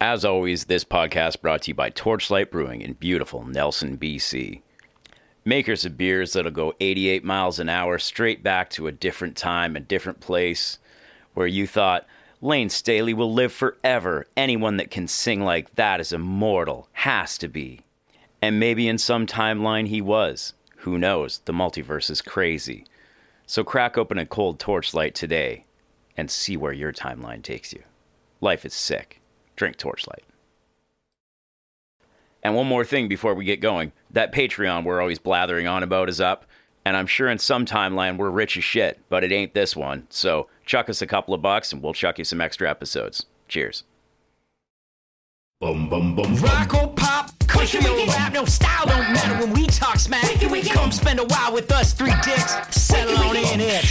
As always, this podcast brought to you by Torchlight Brewing in beautiful Nelson, BC. Makers of beers that'll go 88 miles an hour straight back to a different time, a different place where you thought, Lane Staley will live forever. Anyone that can sing like that is immortal, has to be. And maybe in some timeline he was. Who knows? The multiverse is crazy. So crack open a cold torchlight today and see where your timeline takes you. Life is sick. Drink torchlight. And one more thing before we get going that Patreon we're always blathering on about is up. And I'm sure in some timeline we're rich as shit, but it ain't this one. So chuck us a couple of bucks and we'll chuck you some extra episodes. Cheers. Bum bum bum. Rock or pop, country or rap, no style don't matter when we talk smack. Come spend a while with us three dicks, settle on in it.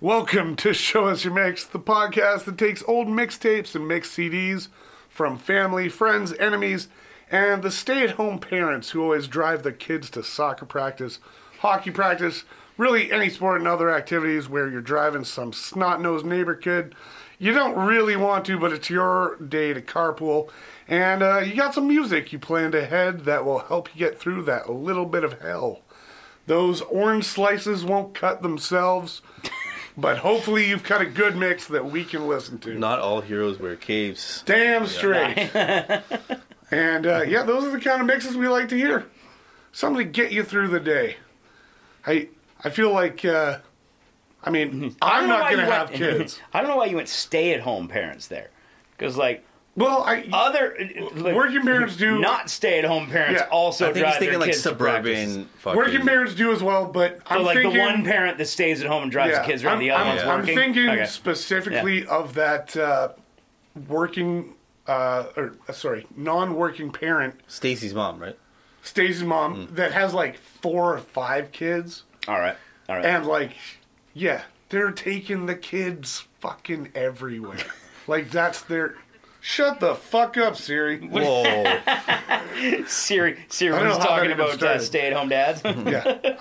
Welcome to Show Us Your Mix, the podcast that takes old mixtapes and mixed CDs from family, friends, enemies, and the stay at home parents who always drive their kids to soccer practice, hockey practice, really any sport and other activities where you're driving some snot nosed neighbor kid. You don't really want to, but it's your day to carpool. And uh, you got some music you planned ahead that will help you get through that little bit of hell. Those orange slices won't cut themselves. But hopefully you've got a good mix that we can listen to. Not all heroes wear caves. Damn straight. and uh, yeah, those are the kind of mixes we like to hear. Something to get you through the day. I I feel like uh, I Mm-hmm. mean I'm not gonna have kids. I don't know why you went stay at home parents there. Because, like, Well, I other. like, working parents do Not stay at home parents Yeah. also I think drive he's thinking their like kids to practice. suburban. Fucking, working parents do as well, but So, I'm like thinking the one parent that stays at home and drives the kids around, I'm, the other I'm- one's I'm working. thinking Okay. specifically of that uh, working uh, or uh, sorry, non-working parent Stacy's mom, right? Stacy's mom Hmm. that has like four or five kids, All right, all right. and like, yeah, they're taking the kids fucking everywhere. like that's their. Shut the fuck up, Siri. Whoa. Siri, Siri I don't was know how that talking even about uh, started. stay at home dads. all Yeah.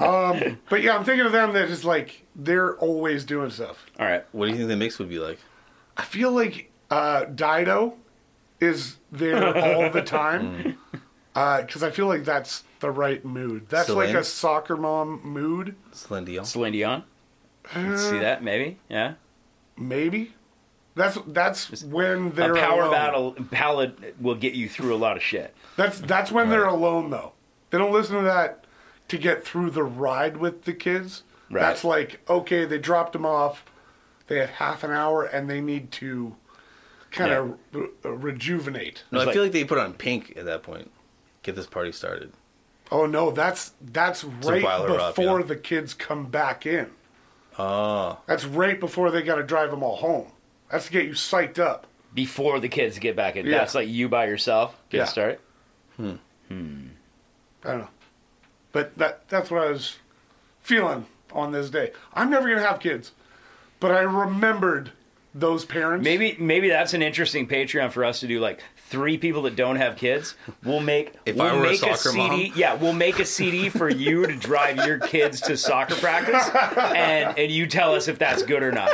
Um. But yeah, I'm thinking of them that is like they're always doing stuff. right, what do you think the mix would be like? I feel like uh, Dido is there all the time Mm. because I feel like that's the right mood. That's like Celine? a soccer mom mood, Celine Dion. Celine Dion. Let's see Uh, that maybe, yeah. maybe. That's that's when A they're power alone. battle ballad will get you through a lot of shit. That's that's when they're alone though. They don't listen to that to get through the ride with the kids. Right. That's like okay, they dropped them off. They have half an hour and they need to kind of re- rejuvenate. No, I like- feel like they put on pink at that point. Get this party started. Oh no, that's that's right while before they're up, yeah. the kids come back in. Oh. That's right before they got to drive them all home. That's to get you psyched up. Before the kids get back in, Yeah. that's like you by yourself. Get Yeah. started. I don't know. But that that's what I was feeling on this day. I'm never gonna have kids. But I remembered those parents. Maybe maybe that's an interesting Patreon for us to do. Like three people that don't have kids, we'll make If we'll I were a make soccer CD. mom. Yeah, we'll make a CD for you to drive your kids to soccer practice, and and you tell us if that's good or not.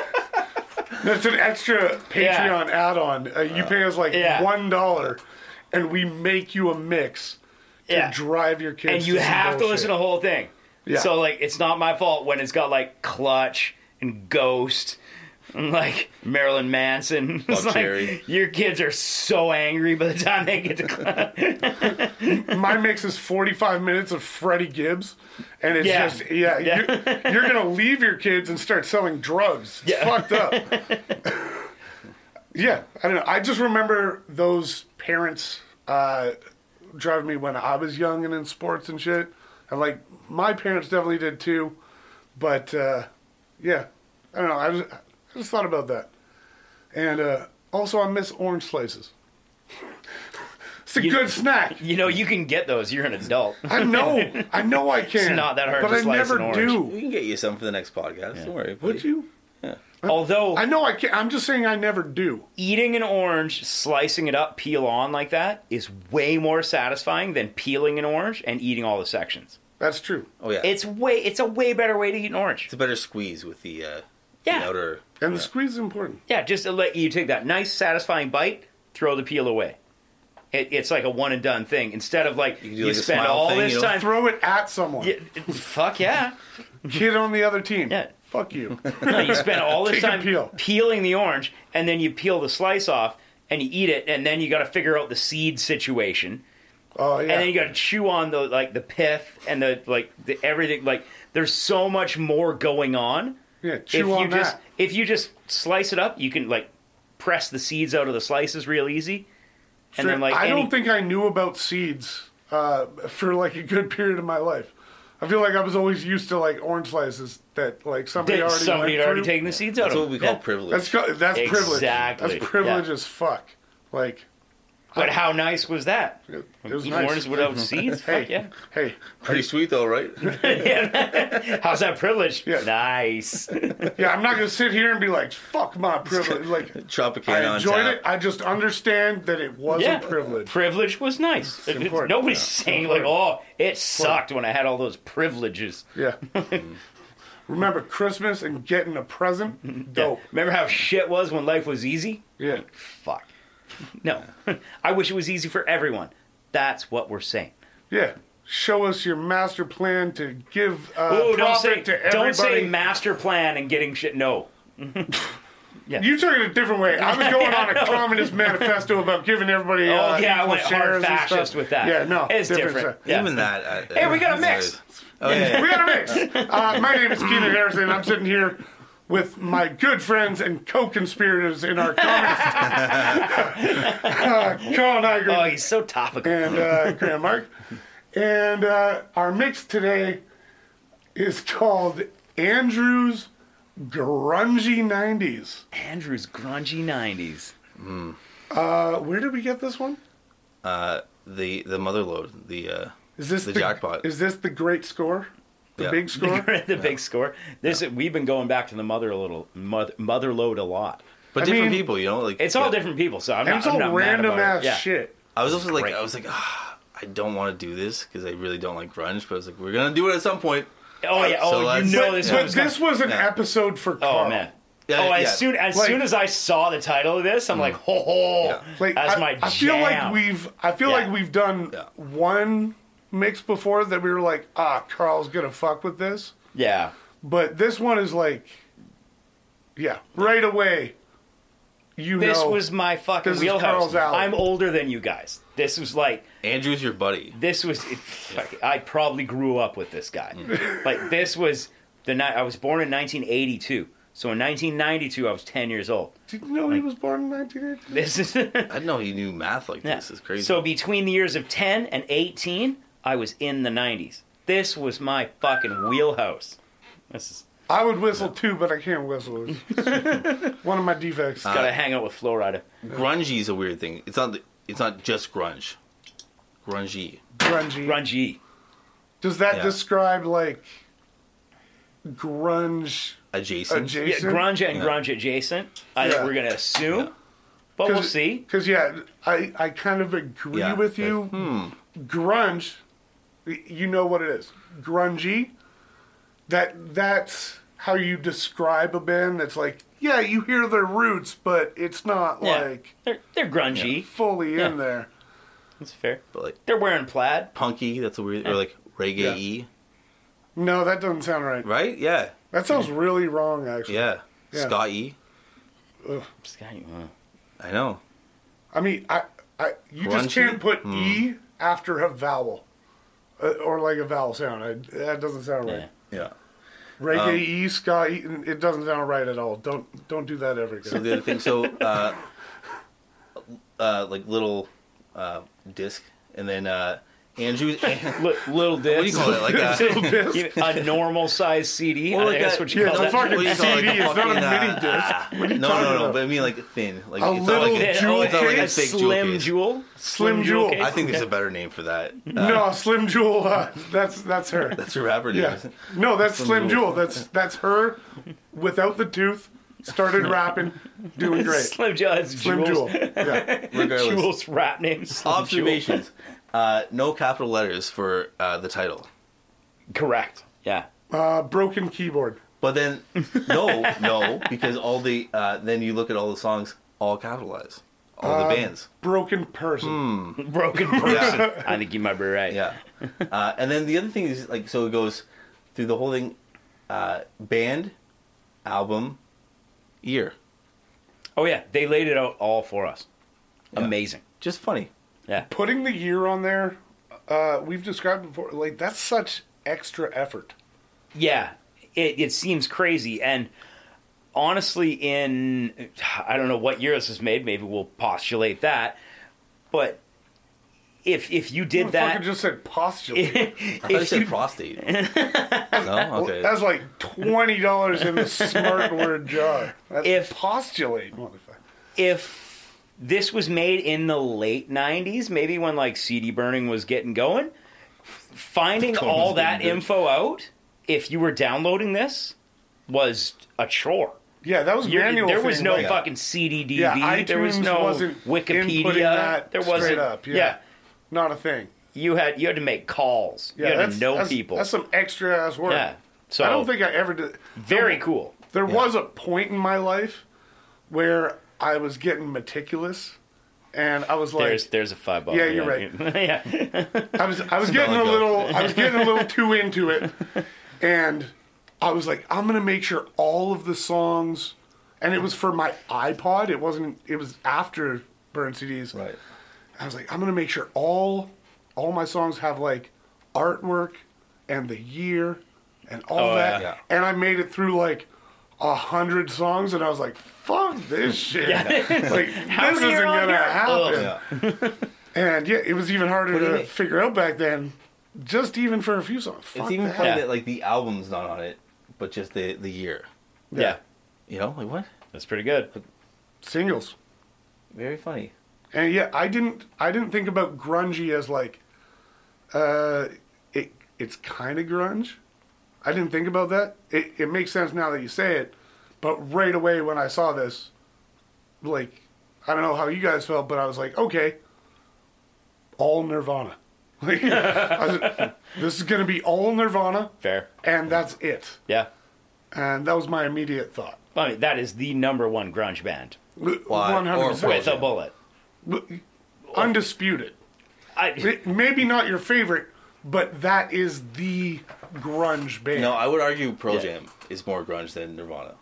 that's an extra Patreon add-on. Uh, you pay us like Yeah. one dollar, and we make you a mix to Yeah, drive your kids. and you some have to bullshit. listen to the whole thing. Yeah. So like, it's not my fault when it's got like Clutch and Ghost. and, Like Marilyn Manson, It's like, Cherry. your kids are so angry by the time they get to class. My mix is 45 minutes of Freddie Gibbs, and it's Yeah. just yeah, You're, you're gonna leave your kids and start selling drugs. It's Yeah. fucked up. yeah, I don't know. I just remember those parents uh, driving me when I was young and in sports and shit, and like my parents definitely did too, but uh, yeah, I don't know. I just, I just thought about that, and uh, also I miss orange slices. It's a You- good snack. You know, you can get those. You're an adult. I know, I know I can. not that hard but to I slice never an orange. We do. can get you some for the next podcast. Don't worry. Would you? Although I know I can. I'm just saying I never do. eating an orange, slicing it up, peel on like that is way more satisfying than peeling an orange and eating all the sections. That's true. Oh yeah. It's It's, way it's a way better way to eat an orange. a better squeeze with the uh, The Yeah. outer. And the squeeze is important. Yeah, just to let you take that nice, satisfying bite, throw the peel away. It, it's like a one and done thing. Instead of like you, can do like a spend smile all thing, this you know? time. Throw it at someone. Yeah, it- fuck yeah. Kid on the other team. Yeah. Fuck you. No, you spend all this Take a time peel. peeling the orange, and then you peel the slice off, and you eat it, and then you got to figure out the seed situation, Oh yeah. and then you got to chew on the like the pith and the like the everything. Like there's so much more going on. yeah, if chew you on just that. if you just slice it up, you can like press the seeds out of the slices real easy, and then like I any- don't think I knew about seeds uh, for like a good period of my life. I feel like I was always used to like orange slices that like somebody that already somebody went had already through. taken the seeds out. That's of what them. we call Yeah. privilege. That's co- that's privilege. Exactly, That's privilege yeah. as fuck. Like But how nice was that? it, it was Eat nice. orange without seeds? hey, Fuck yeah. hey, Pretty sweet though, right? How's that privilege? Yeah. Nice. yeah. I'm not gonna sit here and be like, fuck my privilege. Like Tropicana I on enjoyed tap. it. I just understand that it was yeah. a privilege. Privilege was nice. It- it- important. Nobody's saying like, oh, it sucked when I had all those privileges. Yeah. Remember Christmas and getting a present? Yeah. Dope. Remember how shit was when life was easy? Yeah. Fuck. No. I wish it was easy for everyone. That's what we're saying. Yeah. Show us your master plan to give uh, Oh, don't profit say to everybody. Uh, don't say master plan and getting shit. No. you took it a different way. I was going on a communist manifesto about giving everybody. uh, oh yeah, I equal went shares hard and stuff. fascist with that. Yeah, no, it's different. stuff. Yeah. Even that. I, Hey, we got a mix. Oh yeah. We got a mix. Uh, my name is Keenan Harrison. I'm sitting here with my good friends and co-conspirators in our communist. uh, Colin Iger Oh, he's so topical. and uh, Graham Mark. And uh, our mix today is called Andrew's Grungy 90s. Andrew's grungy '90s. Uh, where did we get this one? Uh, the the mother load. The uh, Is this The jackpot. Is this the great score? The Yeah. big score? the big score. This we've been going back to the mother a little mother, mother load a lot. but I different mean, people, you know, like It's all different people, so I'm and not. it's I'm all not mad random about it. ass Yeah. shit. I was also like, Great. I was like, ah, I don't want to do this because I really don't like grunge, but I was like, we're gonna do it at some point. Oh yeah. So Oh, let's- you know But- this But one's coming. this was an Yeah. episode for Carl. Oh man. Yeah, oh, as yeah. Mm. soon as Like- soon as I saw the title of this, I'm like, ho ho, Yeah. Like, that's I, my jam. I feel like we've I feel Yeah. like we've done Yeah. one mix before that we were like, ah, Carl's gonna fuck with this. yeah. But this one is like, yeah, right away. You This know, was my fucking This is wheelhouse. Carl's alley. I'm older than you guys. This was like Andrew's your buddy. this was it, fuck, I probably grew up with this guy. Mm. Like this was the night I was born in 1982. So in 1992 I was 10 years old. Did you know he was born in 1980? This is I didn't know he knew math like Yeah. this. It's crazy. So between the years of 10 and 18, I was in the 90s. This was my fucking wheelhouse. This is I would whistle too, but I can't whistle. It's one of my defects. Uh, got to hang out with Florida. grungy is a weird thing. It's not. It's not just grunge. Grungy. grungy. Grungy. Does that Yeah. describe like grunge Adjacent. Yeah, adjacent? grunge and Yeah. grunge adjacent. I think Yeah. we're going to assume. But we'll see. Because yeah, I I kind of agree Yeah, with you. hmm. Grunge, y- you know what it is. Grungy. That that's how you describe a band. That's like yeah, you hear their roots, but it's not Yeah. like They're, they're grungy. fully Yeah. in there. That's fair. But like They're wearing plaid. punky. That's a weird. Or like reggae y. No, that doesn't sound right. Right? Yeah. That sounds really wrong, actually. Yeah. Yeah. Ska y. Sky- uh, I know. I mean, I, I you just Grungy? can't put Hmm. e after a vowel, uh, or like a vowel sound. I, that doesn't sound right. Yeah. Yeah. Reggae E, ska E, n- it doesn't sound right at all. Don't don't do that ever So again. the other thing, so uh, uh, like little uh, disc, and then uh, Andrew. What Look, little disc. do you call it? Like a, a normal size CD. I Well, think like that's a- what you uh, yeah, it's call that. a fucking What do CD. you call it, like a it's not a fucking, uh, mini disc. What are you no, talking no, no. about? But I mean, like thin. Like A it's little not like a, jewel it's not like case, a oh, a fake slim jewel. case. jewel. Slim Jewel. case. I think there's a better name for that. Uh, no, Slim Jewel. Uh, that's that's her. that's her rapper name. yeah. No, that's Slim, Jewel. Jewel. That's that's her, without the tooth. Started rapping, doing great. Slim Jewel. That's Slim Jewel. Jewel. Yeah. Regardless, Jewel's rap name. is Slim Jewel. observations. Uh, no capital letters for uh, the title. Correct. Yeah. Uh, broken keyboard. But then, no, no, because all the uh, then you look at all the songs, all capitalized, all Um, the bands. Broken person. Broken person. I think you might be right. Yeah. Uh, and then the other thing is like so it goes through the whole thing, uh, band, album, year. Oh yeah, they laid it out all for us. Amazing. Just funny. Yeah. Putting the year on there, uh, we've described before, like, that's such extra effort. Yeah, it, it seems crazy. And honestly, in I don't know what year this was made. Maybe we'll postulate that. But if if you did Who the that, fucking just said postulate? I thought you if said you, prostate. no, okay. That's like twenty dollars in the smart word jar. That's If- postulate, motherfucker. if this was made in the late '90s, maybe when like CD burning was getting going, finding Going all was that getting good. info out, if you were downloading this, was a chore. Yeah, that was You're- manual. there was thing, no like- fucking CDDB. Yeah, iTunes there was no wasn't inputting Wikipedia. that there straight wasn't. up, yeah. not a thing. you had you had to make calls. Yeah, you had that's, to know that's, people. That's some extra ass work. yeah. So I don't think I ever did. very cool. There was a point in my life where I was getting meticulous, and I was like, There's there's a five ball. Yeah, you're right. yeah. I was I was getting a Smell it go. little I was getting a little too into it, and I was like, I'm gonna make sure all of the songs, and it was for my iPod. It wasn't. It was after Burn CDs. Right. I was like, I'm gonna make sure all all my songs have like artwork and the year and all Oh, that. yeah. And I made it through like a hundred songs, and I was like, fuck this shit. Like How this many are isn't on gonna here? Oh, happen. Ugh. Yeah. And yeah, it was even harder do you to mean? figure out back then. Just even for a few songs. Fuck It's even that. funny Yeah. that like the album's not on it, but just the the year. yeah. You know, like what? That's pretty good. Singles. Very funny. And yeah, I didn't I didn't think about grungy as like uh it it's kinda grunge. I didn't think about that. It it makes sense now that you say it, but right away when I saw this, like I don't know how you guys felt, but I was like, okay. All Nirvana. Like I was- this is gonna be all Nirvana Fair. and that's it. Yeah. And that was my immediate thought. I mean, that is the number one grunge band Why? One hundred Or with percent, with- a bullet. undisputed. I, It- Maybe not your favorite, but that is the grunge band. No, I would argue Pearl Yeah. Jam is more grunge than Nirvana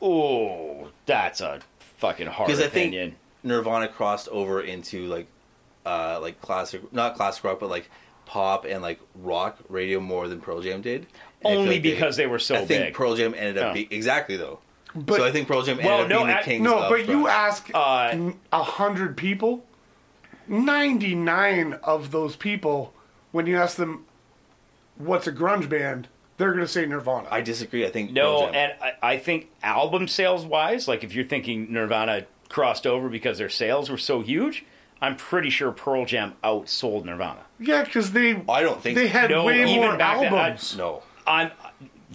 oh, that's a fucking hard because I think opinion. Nirvana crossed over into like uh like classic, not classic rock, but like pop and like rock radio more than Pearl Jam did. And I feel Only like they- because they were so I think big. Pearl Jam ended up Yeah. being exactly though. But- so I think Pearl Jam ended Well, up no, being the I- kings. no, of but you grunge. ask Uh, n- a hundred people, ninety-nine of those people, when you ask them, "What's a grunge band?" they're gonna say Nirvana. I disagree. I think No, Pearl Jam. and I, I think album sales wise, like if you're thinking Nirvana crossed over because their sales were so huge, I'm pretty sure Pearl Jam outsold Nirvana. yeah, because they I don't think they so. had No, way even more back then, I- albums. no. I'm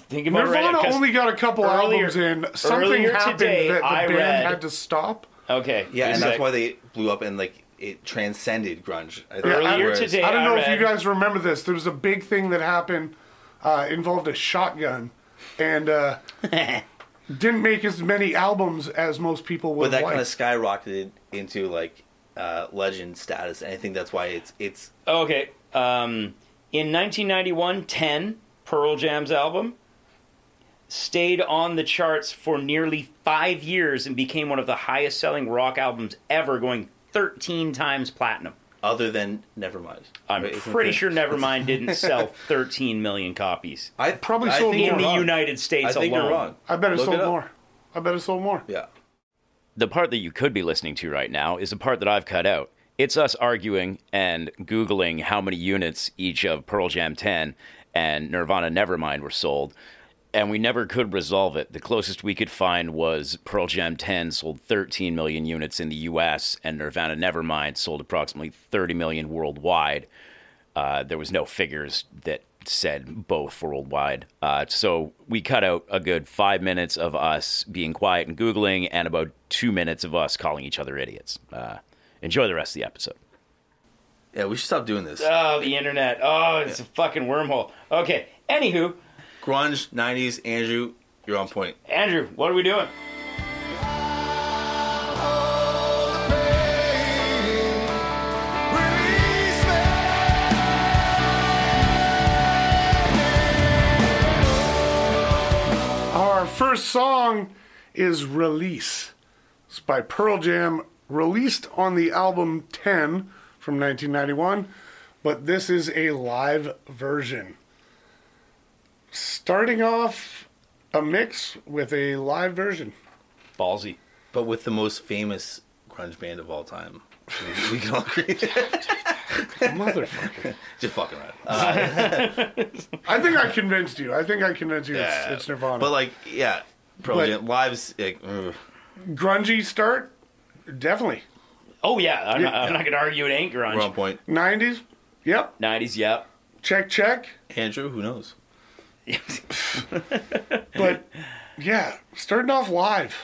thinking about Nirvana it, 'cause- only got a couple earlier- albums in. Something earlier happened today, that the I band read- had to stop. Okay, Yeah, just and a that's sec. why they blew up and like it transcended grunge. I think, Earlier whereas- today- I don't know if read- you guys remember this. There was a big thing that happened uh, involved a shotgun, and uh, didn't make as many albums as most people but would that like. kind of skyrocketed into like uh, legend status, and I think that's why it's it's Okay. Um, in 1991, 10, Pearl Jam's album, stayed on the charts for nearly five years and became one of the highest selling rock albums ever, going 13 times platinum. other than Nevermind. I'm Right, isn't pretty it? sure Nevermind didn't sell 13 million copies I Probably I sold think more. in you're the wrong. United States I think alone. you're wrong. I bet it Look sold up. more. I bet it sold more. Yeah, The part that you could be listening to right now is the part that I've cut out. It's us arguing and Googling how many units each of Pearl Jam 10 and Nirvana Nevermind were sold, and we never could resolve it. The closest we could find was Pearl Jam 10 sold 13 million units in the US, and Nirvana Nevermind sold approximately 30 million worldwide. Uh, there was no figures that said both worldwide. Uh, so we cut out a good five minutes of us being quiet and Googling and about two minutes of us calling each other idiots. Uh, enjoy the rest of the episode. yeah. We should stop doing this. Oh, the internet. Oh, it's a fucking wormhole. Okay. Anywho, grunge '90s. Andrew, You're on point. Andrew, what are we doing? Our first song is Release. It's by Pearl Jam, released on the album 10 from 1991, but this is a live version. Starting off a mix with a live version. Ballsy. But with the most famous grunge band of all time. We- We can all agree. Motherfucker. Just fucking right. Uh, I think I convinced you. I think I convinced you yeah. it's, it's Nirvana. But like, yeah, Pearl But- Jam lives. Like, ugh. Grungy start? Definitely. Oh yeah, I'm not, I'm not gonna argue it ain't grunge. we're on point. 90s? Yep. 90s, yep. Check, check. Andrew, who knows? But yeah, starting off live.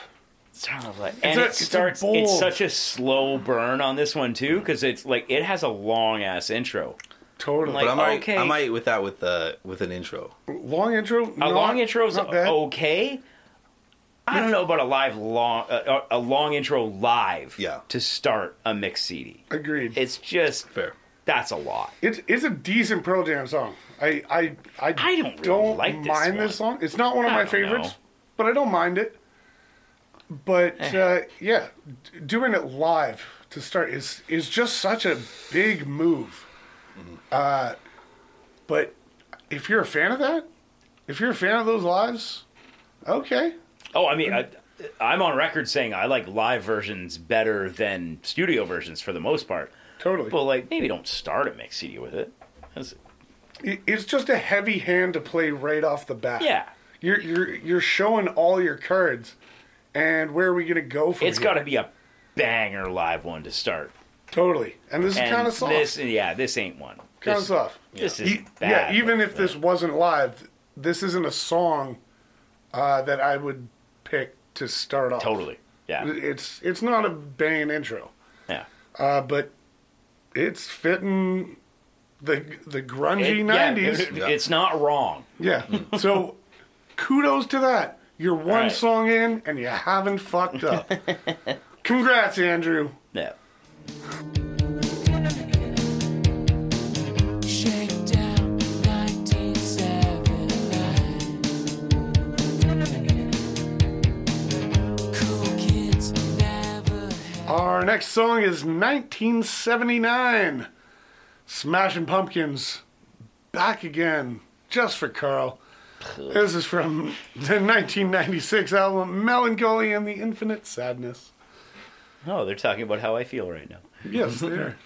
Starting off like- and a- it it's a starts. It's, bold- such a slow burn on this one too, because it's like it has a long ass intro. Totally. Like- But I'm alright. Okay. I'm alright with that with uh with an intro. long intro? A not- long intro is oh, not bad. okay. I don't know about a live long a, a long intro live Yeah. to start a mix CD. Agreed. It's just Fair. that's a lot. It's it's a decent Pearl Jam song. I I I, I don't really like this mind one. this song. It's not one of I my don't favorites, know. but I don't mind it. But Eh. uh, yeah, d- doing it live to start is is just such a big move. Uh, but if you're a fan of that, if you're a fan of those lives, okay, Oh, I mean, I, I'm on record saying I like live versions better than studio versions for the most part. totally. But like, maybe don't start a mix CD with it. That's- It- it's just a heavy hand to play right off the bat. yeah, You're you're you're showing all your cards, and where are we gonna go from? it's here? got to be a banger live one to start. Totally. And this is And kind of soft. This, yeah, this ain't one. kind of This- soft. this yeah. is E- bad, yeah, even but- if this wasn't live, this isn't a song uh, that I would pick to start off. Totally. Yeah. It's it's not a banging intro, Yeah. uh, but it's fitting the the grungy It- yeah, 90s. it- It's not wrong. Yeah. So kudos to that. You're one Right. song in and you haven't fucked up. Congrats, Andrew. Yeah. Shakedown 1979. Cool kids never had. Our next song is 1979. Smashing Pumpkins back again, just for Carl. This is from the 1996 album Melancholy and the Infinite Sadness. Oh, they're talking about how I feel right now. Yes, they are.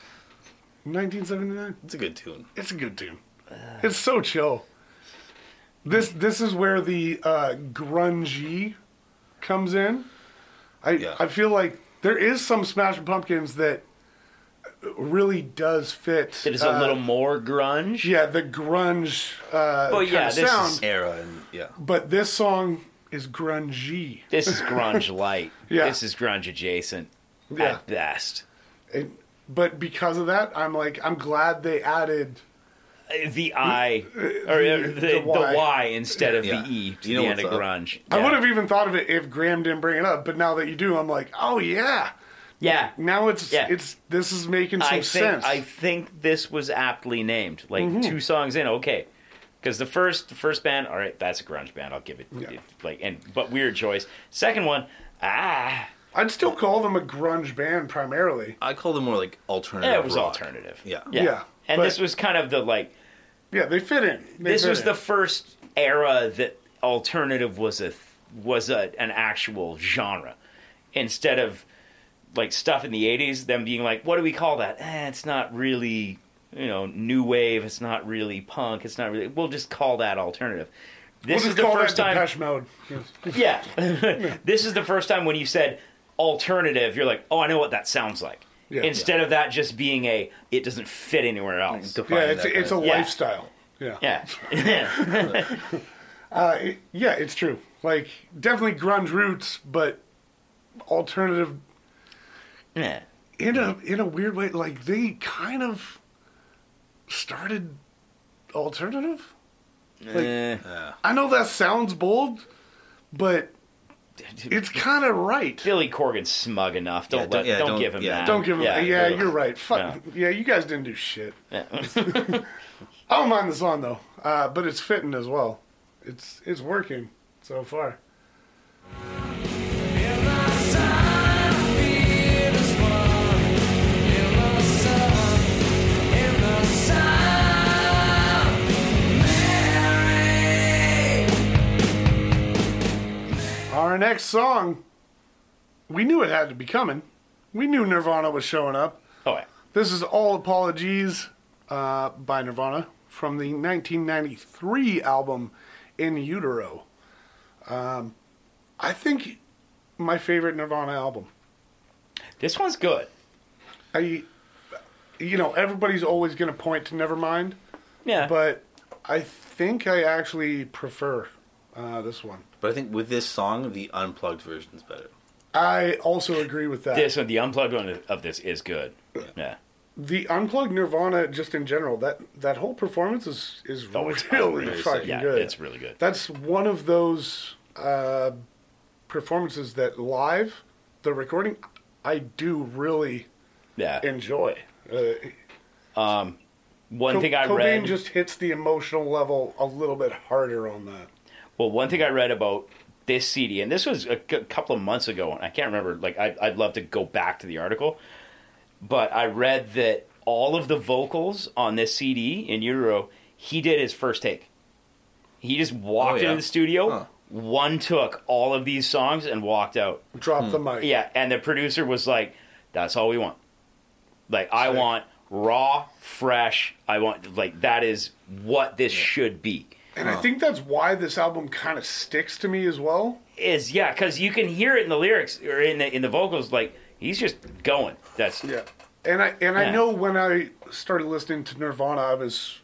1979. It's a good tune. It's a good tune. It's so chill. This this is where the uh, grungy comes in. I Yeah. I feel like there is some Smashing Pumpkins that really does fit. It is a uh, little more grunge. yeah the grunge uh, Well, kind yeah, of this sound. is- Era and yeah. But this song is grungy. This is grunge light. Yeah. This is grunge adjacent Yeah. at best. It- but because of that, I'm like I'm glad they added. Uh, The I or uh, the, the, Y. y. instead of Yeah. the E to You know the end of what's up. grunge. I Yeah. would have even thought of it if Graham didn't bring it up, but now that you do, I'm like, oh yeah. Yeah. Now it's Yeah. it's this is making some I think sense. Mm-hmm. I think this was aptly named. Like two songs in, okay. Because the first the first band, all right, that's a grunge band. I'll give it Yeah. like and but weird choice. Second one, ah, I'd still call them a grunge band primarily. I call them more like alternative. yeah, it was rock. alternative. Yeah. yeah. Yeah, and but- this was kind of the like Yeah, they fit in. They this fit was in. the first era that alternative was a was a, an actual genre instead of like stuff in the 80s them being like what do we call that eh, it's not really you know new wave it's not really punk it's not really we'll just call that alternative We'll this just is the call first that time Depeche Mode. Yes. yeah. this is the first time when you said alternative, you're like, oh, I know what that sounds like. Yeah. Instead of that just being a, it doesn't fit anywhere else. Define Yeah, it's that it's a kind of- Yeah. lifestyle. Yeah. Yeah. Uh, it- yeah, it's true. Like definitely grunge roots, but alternative yeah. in a in a weird way. Like they kind of started alternative. Like, Eh. I know that sounds bold, but it's kind of right. Billy Corgan's smug enough. Don't Yeah, let, don't- don't, yeah, don't- give him yeah. that. Don't give him. Yeah, really. you're right. Fuck. Yeah. you guys didn't do shit. I don't mind the song though, uh, but it's fitting as well. It's it's working so far. Our next song, we knew it had to be coming. We knew Nirvana was showing up. Oh, yeah. This is All Apologies uh, by Nirvana from the 1993 album In Utero. Um, I think my favorite Nirvana album. This one's good. I, you know, everybody's always going to point to Nevermind, Yeah. but I think I actually prefer uh, this one. But I think with this song, the unplugged version's better. I also agree with that. this one, the unplugged one of this is good. Yeah. the unplugged Nirvana, just in general, that that whole performance is is Oh, it's really outrageous. fucking Yeah, good. it's really good. That's one of those uh, performances that live, the recording, I do really Yeah. enjoy. Uh, one Co- thing I Cobain read. just hits the emotional level a little bit harder on that. Well, one thing I read about this CD, and this was a c- couple of months ago, and I can't remember. Like, I, I'd love to go back to the article, but I read that all of the vocals on this CD in Euro, he did his first take. He just walked Oh, yeah. into the studio, Huh. one took all of these songs, and walked out. Drop the mic. Yeah, and the producer was like, "That's all we want. Like, I Sick. want raw, fresh. I want like that is what this should be." and I think that's why this album kind of sticks to me as well. is yeah, because you can hear it in the lyrics or in the in the vocals. Like he's just going. That's Yeah, and I and I Yeah. know when I started listening to Nirvana, I was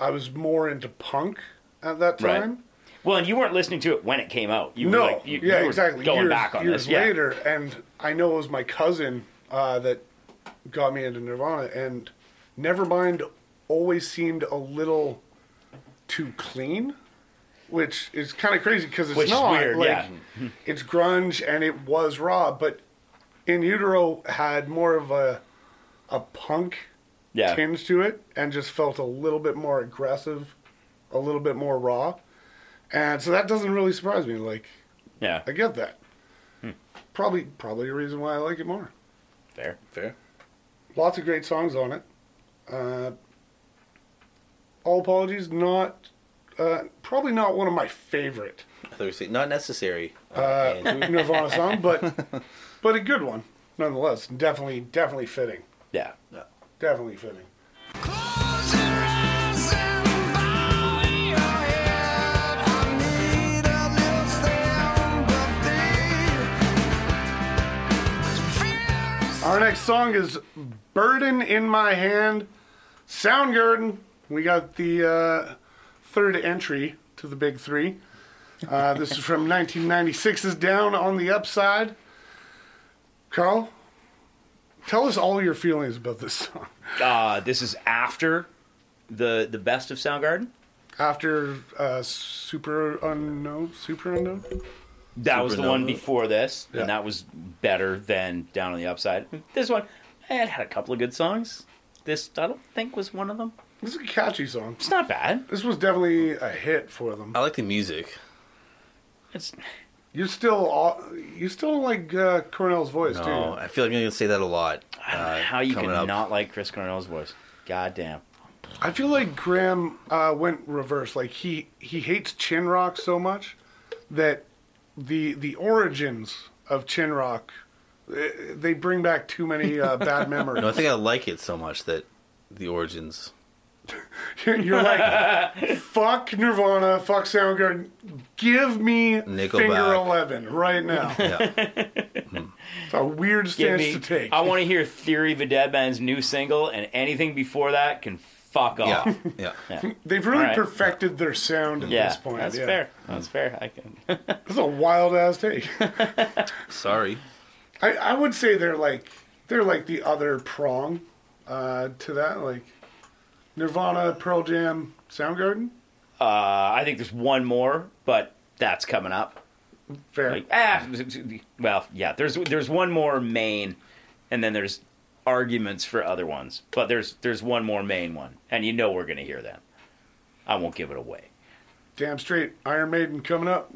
I was more into punk at that Right. time. well, and you weren't listening to it when it came out. You no, were like, you, yeah, you were exactly. Going years, back on this, years yeah. later, and I know it was my cousin uh, that got me into Nirvana, and Nevermind always seemed a little too clean. Which is kind of crazy because it's Which is not weird, like yeah. it's grunge and it was raw, but In Utero had more of a a punk yeah, tinge to it and just felt a little bit more aggressive, a little bit more raw. And so that doesn't really surprise me. Like, yeah, I get that. Probably, probably a reason why I like it more. fair. Fair. Lots of great songs on it. Uh, all apologies, not uh, probably not one of my favorite I thought you were saying- not necessary. Uh, and- Nirvana song, but but a good one nonetheless. Definitely, definitely fitting. Yeah, no. Definitely fitting. Our next song is Burden in My Hand, Soundgarden. We got the uh, third entry to the big three. Uh, this is from 1996's Down on the Upside. Carl, tell us all your feelings about this song uh, this is after the the best of Soundgarden. after uh, Super Unknown. Super Unknown? That was the one Supernova. before this, Yeah. and that was better than Down on the Upside. This one, eh, it had a couple of good songs. This I don't think was one of them. This is a catchy song. It's not bad. This was definitely a hit for them. I like the music. It's You still, all, you still don't like uh, Cornell's voice, do No, you? Oh, I feel like I'm going to say that a lot. I don't know uh, how you can coming up. not like Chris Cornell's voice. God damn. I feel like Graham uh, went reverse. Like he he hates Chin Rock so much that the the origins of Chin Rock eh, they bring back too many uh, bad memories. No, I think I like it so much that the origins. You're like, fuck Nirvana, fuck Soundgarden. Give me Finger Nickelback. Eleven right now. Yeah. It's a weird Give stance me, to take. I want to hear Theory of a Dead Man's new single, and anything before that can fuck off. yeah. Oh. Yeah, Yeah. They've really Alright. perfected their sound at this point. that's yeah. fair. That's fair. I can. uh, That's a wild ass take. Sorry. I, I would say they're like they're like the other prong uh, to that, like Nirvana, Pearl Jam, Soundgarden. Uh, I think there's one more, but that's coming up. Fair. Like, ah, well, yeah. There's there's one more main, and then there's arguments for other ones, but there's there's one more main one, and you know we're gonna hear that. I won't give it away. Damn straight. Iron Maiden coming up.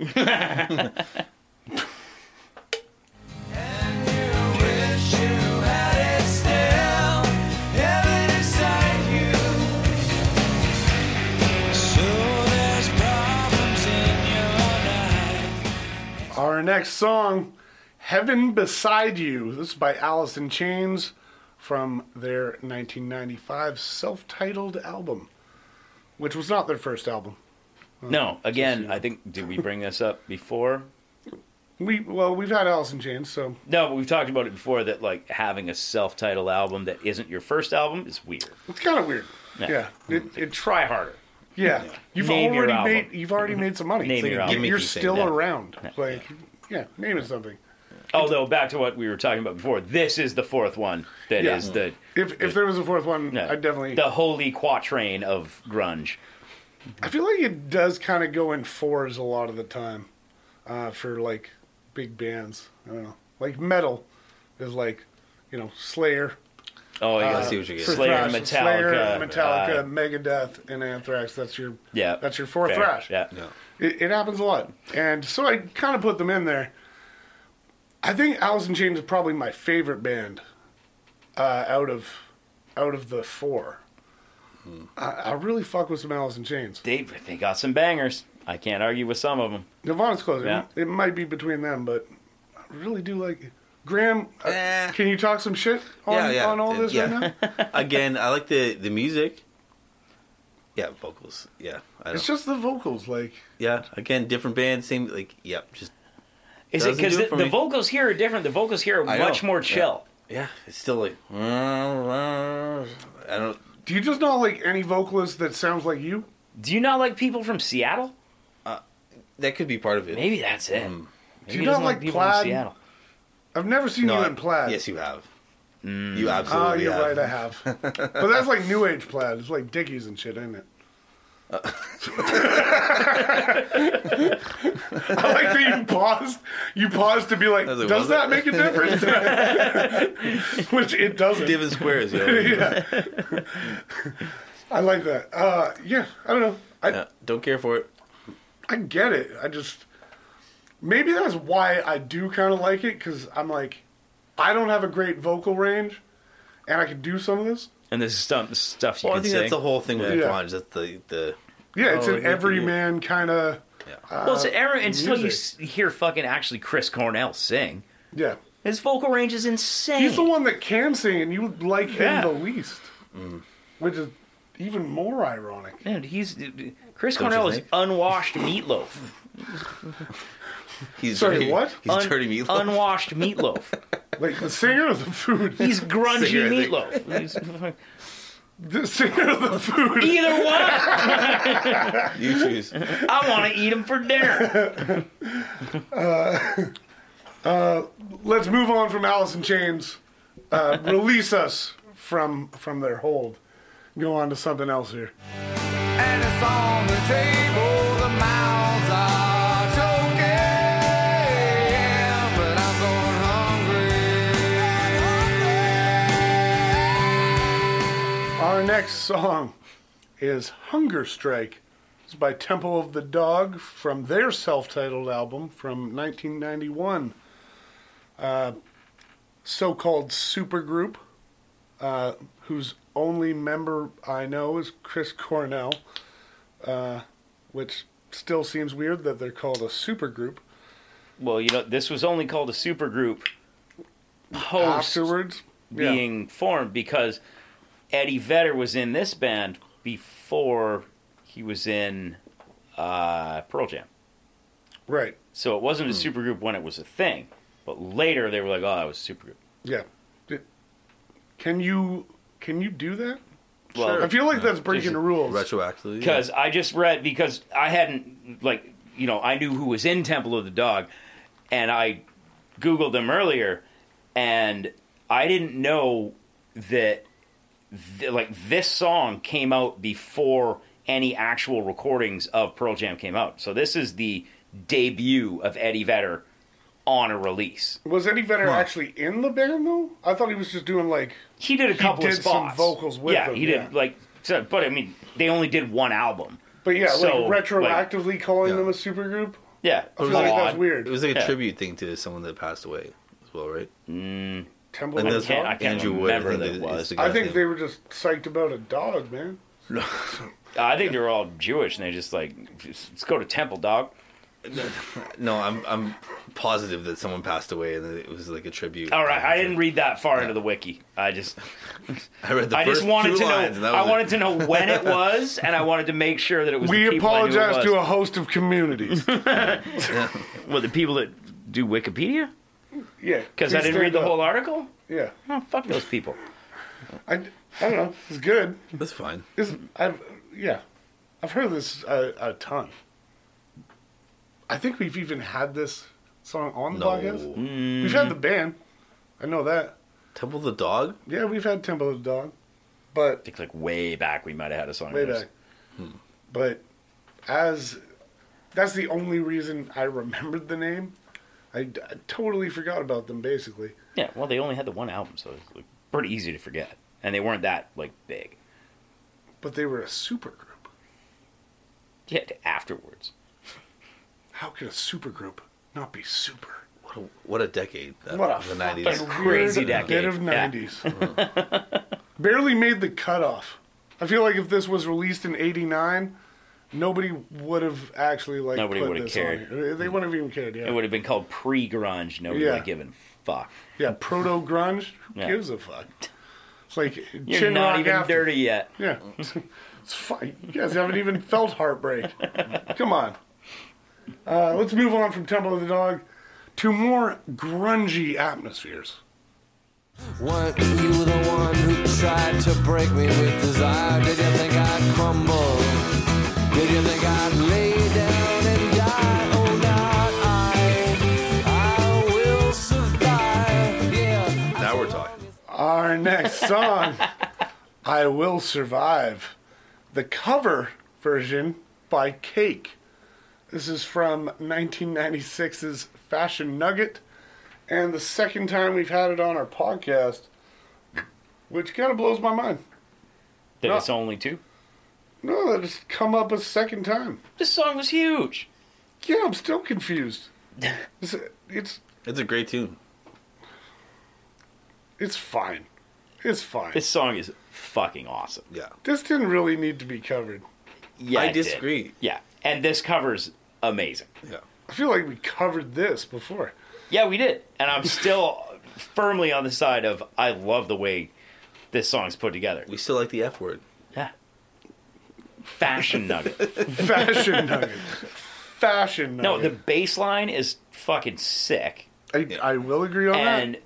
Our next song, Heaven Beside You. This is by Alice in Chains from their 1995 self titled album, which was not their first album. No, again, I think did we bring this up before? We Well, we've had Alice in Chains, so No, but we've talked about it before that like having a self-titled album that isn't your first album is weird. it's kind of weird. Yeah. Yeah. It, it, Try harder. yeah. You've Mm-hmm. Name your already album. Mm-hmm. made you've already made some money. Name So your you- album. You're Gimmicky thing, still yeah. around. Like yeah, name it something. Although back to what we were talking about before, this is the fourth one that is Yeah. the If if there was a fourth one, no, I definitely the holy quatrain of grunge. I feel like it does kind of go in fours a lot of the time uh, for like big bands. I don't know. Like metal is like, you know, Slayer. Oh yeah, I see what you're Uh, for getting. Slayer, thrash, Metallica, Slayer, Metallica, uh, Megadeth, and Anthrax. That's your yeah. That's your fourth fair, thrash. Yeah. Yeah. It, it happens a lot, and so I kind of put them in there. I think Alice in Chains is probably my favorite band uh, out of out of the four. Hmm. I, I really fuck with some Alice in Chains. They they got some bangers. I can't argue with some of them. Nirvana's close. Yeah. It, it might be between them, but I really do like it. Graham. uh, Eh. Can you talk some shit on, Yeah, yeah. on all Uh, this yeah. right now? Again, I like the the music. Yeah, vocals. Yeah, I It's don't. just the vocals, like yeah, again, different band, same like. Yeah, just Is it Doesn't because do it the, for the me. vocals here are different? The vocals here are I much know, more yeah. chill. yeah. It's still like I don't. do you just not like any vocalist that sounds like you? Do you not like people from Seattle? That could be part of it. Maybe that's it. Mm. Maybe Do you he not doesn't like people plaid? from Seattle? I've never seen you I- in plaid. Yes, you have. Mm. You absolutely Oh, you're have. right. I have, but that's like new age plaid. It's like Dickies and shit, isn't it? Uh. I like that you paused. You paused to be like, was like, does was that it?" make a difference? Which it doesn't. Divin squares, yo. yeah. I like that. Uh, yeah, I don't know. I, yeah, don't care for it. I get it. I just maybe that's why I do kind of like it because I'm like, I don't have a great vocal range, and I can do some of this. And this is stuff stuff you Well, I can think sing. that's the whole thing with Yeah. the plunge. That's the the. Yeah, it's Oh, an it'd be everyman kind of. well, it's Uh, era until you s- music. hear fucking actually Chris Cornell sing. Yeah, His vocal range is insane. he's the one that can sing, and you like him Yeah. the least, which is even more ironic. Dude, he's Chris Don't you Cornell is think? unwashed meatloaf. He's Sorry, dirty, what? He's Un- dirty meatloaf. Unwashed meatloaf. Like the singer of the food, He's grungy Singer, I think. meatloaf. He's- the singer of the food. Either one, you choose. I want to eat him for dinner. Let's move on from Alice in Chains. Uh, release us from from their hold. Go on to something else here. And it's on the table, the mouths are choking, but I'm going hungry. Our next song is Hunger Strike. It's by Temple of the Dog from their self titled album from 1991. Uh, so called supergroup, uh, whose only member I know is Chris Cornell, uh, which still seems weird that they're called a supergroup. Well, you know, this was only called a supergroup post Afterwards, yeah. being formed because Eddie Vedder was in this band before he was in uh, Pearl Jam. Right. So it wasn't a supergroup when it was a thing, but later they were like, "Oh, that was a supergroup." Yeah. It- Can you can you do that? Well, uh, I feel like that's breaking the rules. Retroactively. yeah. because I just read because I hadn't like you know I knew who was in Temple of the Dog, and I googled them earlier, and I didn't know that th- like this song came out before any actual recordings of Pearl Jam came out. So this is the debut of Eddie Vedder on a release. Was Eddie Vedder actually in the band though? I thought he was just doing like He did a couple did of some spots. vocals with yeah, them, he yeah. did like. So, but I mean, they only did one album. but yeah, So, like retroactively calling yeah. them a supergroup. Yeah, I feel like that's Odd. It weird. was like a Yeah. tribute thing to someone that passed away as well, right? Temple And of that's- the Dog? I can't Andrew remember Wood, that I think, it is was. the guy. I think Yeah. they were just psyched about a dog, man. I think they're all Jewish, and they just like just, let's go to temple, dog. No, I'm I'm positive that someone passed away and it was like a tribute. All right, I didn't read that far into the wiki. I just I read the I first just wanted two to lines. and know. that I was it. wanted to know when it was, and I wanted to make sure that it was. the We people I knew it apologize to was. a host of communities. Well, the people that do Wikipedia? yeah, Because I please didn't read stand the up. whole article? Yeah, Oh, fuck those people. I, I don't know. It's good. That's fine. It's, I've yeah, I've heard this a, a ton. I think we've even had this song on the No. podcast. Mm. We've had the band. I know that. Temple the dog? Yeah, we've had Temple of the Dog, but I think, like, way back we might have had a song. way of this. back. But as that's the only reason I remembered the name. I, d- I totally forgot about them. Basically, Yeah, well, they only had the one album, so it's like, pretty easy to forget. And they weren't that, like, big. but they were a super group. Yeah, afterwards. How could a super group not be super? What a, what a decade. That, What a the fucking 90s. crazy weird decade. Bit of Yeah. nineties. Barely made the cutoff. I feel like if this was released in '89, nobody would have actually like Nobody put would've this on cared. here. They wouldn't have even cared. Yeah, It would have been called pre grunge. Nobody Yeah. would have given a fuck. yeah. Proto grunge. Who Yeah. gives a fuck? It's like You're chin not rock even after. dirty yet. Yeah, it's fine. You guys haven't even felt heartbreak. Come on. Uh, let's move on from Temple of the Dog to more grungy atmospheres. Weren't you the one who tried to break me with desire? Did you think I'd crumble? Did you think I'd lay down and die? Oh, not I. I will survive. Yeah. Now we're talking. Our next song, I Will Survive. The cover version by Cake. This is from 1996's Fashion Nugget, and the second time we've had it on our podcast, which kind of blows my mind. That No. it's only two. No, that it's come up a second time. This song was huge. Yeah, I'm still confused. It's, it's, It's a great tune. it's fine. It's fine. This song is fucking awesome. Yeah. this didn't really need to be covered. Yeah, I it did. disagree. Yeah, and this cover's amazing. Yeah. I feel like we covered this before. Yeah, we did. And I'm still firmly on the side of I love the way this song's put together. We still like the F word. Yeah. Fashion nugget. Fashion nugget. Fashion No, the nugget. bass line is fucking sick. I, I will agree on And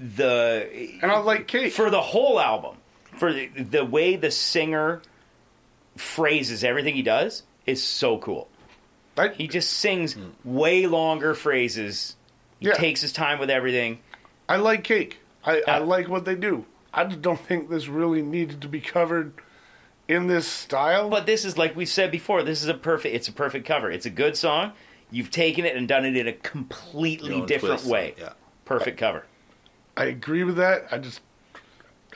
the that. And I like Kate. for the whole album, for the, the way the singer phrases everything he does is so cool. I, He just sings Hmm. way longer phrases. He Yeah. takes his time with everything. I like cake. I, I Yeah. like what they do. I just don't think this really needed to be covered in this style. But this is like we said before. This is a perfect. It's a perfect cover. It's a good song. You've taken it and done it in a Your completely own different twist. way. Yeah. Perfect cover. I agree with that. I just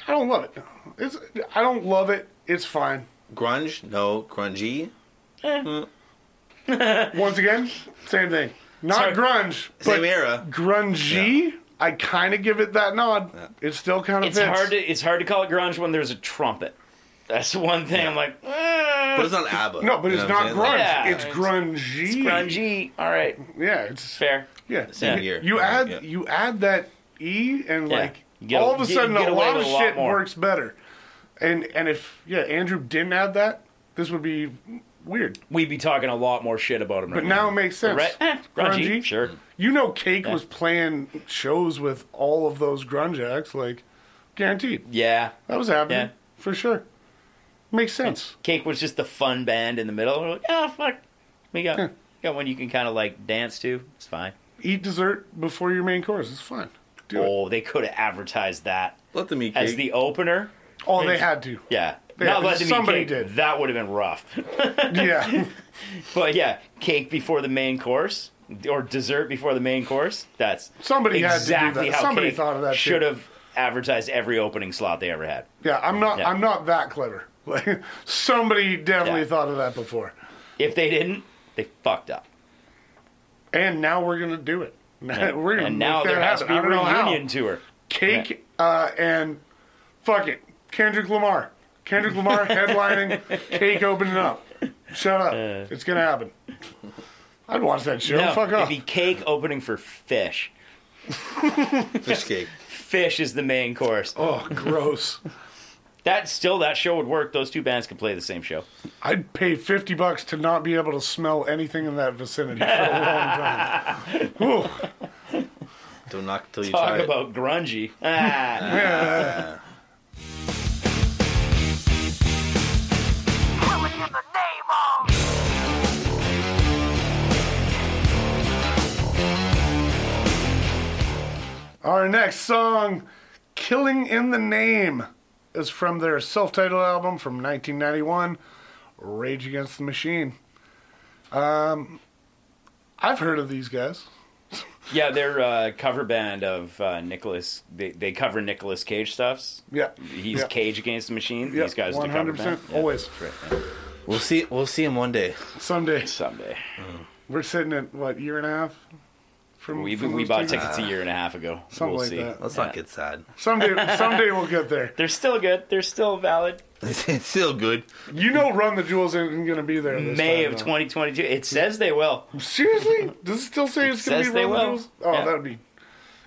I don't love it. It's I don't love it. It's fine. Grunge? No. Grungy? Once again, same thing. Not Sorry. grunge, but Same era. grungy. I kind of give it that nod. Yeah. It still kind of It's fits. hard to it's hard to call it grunge when there's a trumpet. That's the one thing I'm like. But Eh, it's not ABBA. no, but you know it's what not I'm saying? grunge. Like, Yeah, it's it's- grungy. grungy. All right. Yeah, it's Fair. Yeah, Same you, year. You Yeah, add yeah. you add that e and Yeah. like You get- all of a you sudden get a away lot of with a lot shit more. works better. And and if yeah Andrew didn't add that, this would be weird. We'd be talking a lot more shit about him. But now it makes sense. right, eh, grungy, Sure. You know, Cake was playing shows with all of those grunge acts, like guaranteed. Yeah. That was happening Yeah. for sure. Makes sense. Cake was just the fun band in the middle. We're like, oh fuck, we got we got one you can kind of like dance to. It's fine. Eat dessert before your main course. It's fine. Do it. Oh, they could have Oh, advertised that Let them eat cake. as the opener. Oh, they had to. Yeah, Yeah, Not letting somebody me cake. did. That would have been rough. Yeah. But yeah, cake before the main course or dessert before the main course. That's Somebody had to do exactly that. how Somebody cake thought of that too. Should have advertised every opening slot they ever had. Yeah, I'm not Yeah. I'm not that clever. Like somebody definitely Yeah. thought of that before. If they didn't, they fucked up. And now we're gonna do it. we're gonna and now make there that has to happen. be a I don't know how. reunion tour. Cake uh, and fuck it. Kendrick Lamar. Kendrick Lamar headlining Cake opening up. Shut up. it's gonna happen. I'd watch that show. No, Fuck off. It'd be cake opening for fish. Fish cake. Fish is the main course. Oh, gross. That still that show would work. Those two bands could play the same show. I'd pay 50 bucks to not be able to smell anything in that vicinity for a long time. Ooh. Don't knock till you Talk try it. about grungy. Ah, Our next song, Killing in the Name, is from their self titled album from 1991, Rage Against the Machine. Um, I've heard of these guys. yeah, they're a cover band of uh, Nicholas. They, they cover Nicholas Cage stuffs. Yeah. He's yeah. Cage Against the Machine. Yeah, These guys do cover band. Yeah, always. that's right, yeah. We'll see. We'll see him one day. Someday. Someday. We're sitting at, what, year and a half? From, We from we those bought two? tickets a year and a half ago. Something we'll like see. that. Let's not get sad. Someday, someday we'll get there. They're still good. They're still valid. it's still good. You know, Run the Jewels isn't going to be there. This May time, of though. 2022. It says they will. Seriously? Does it still say it's going says to be they Run the will. Jewels? Oh, Yeah. that would be.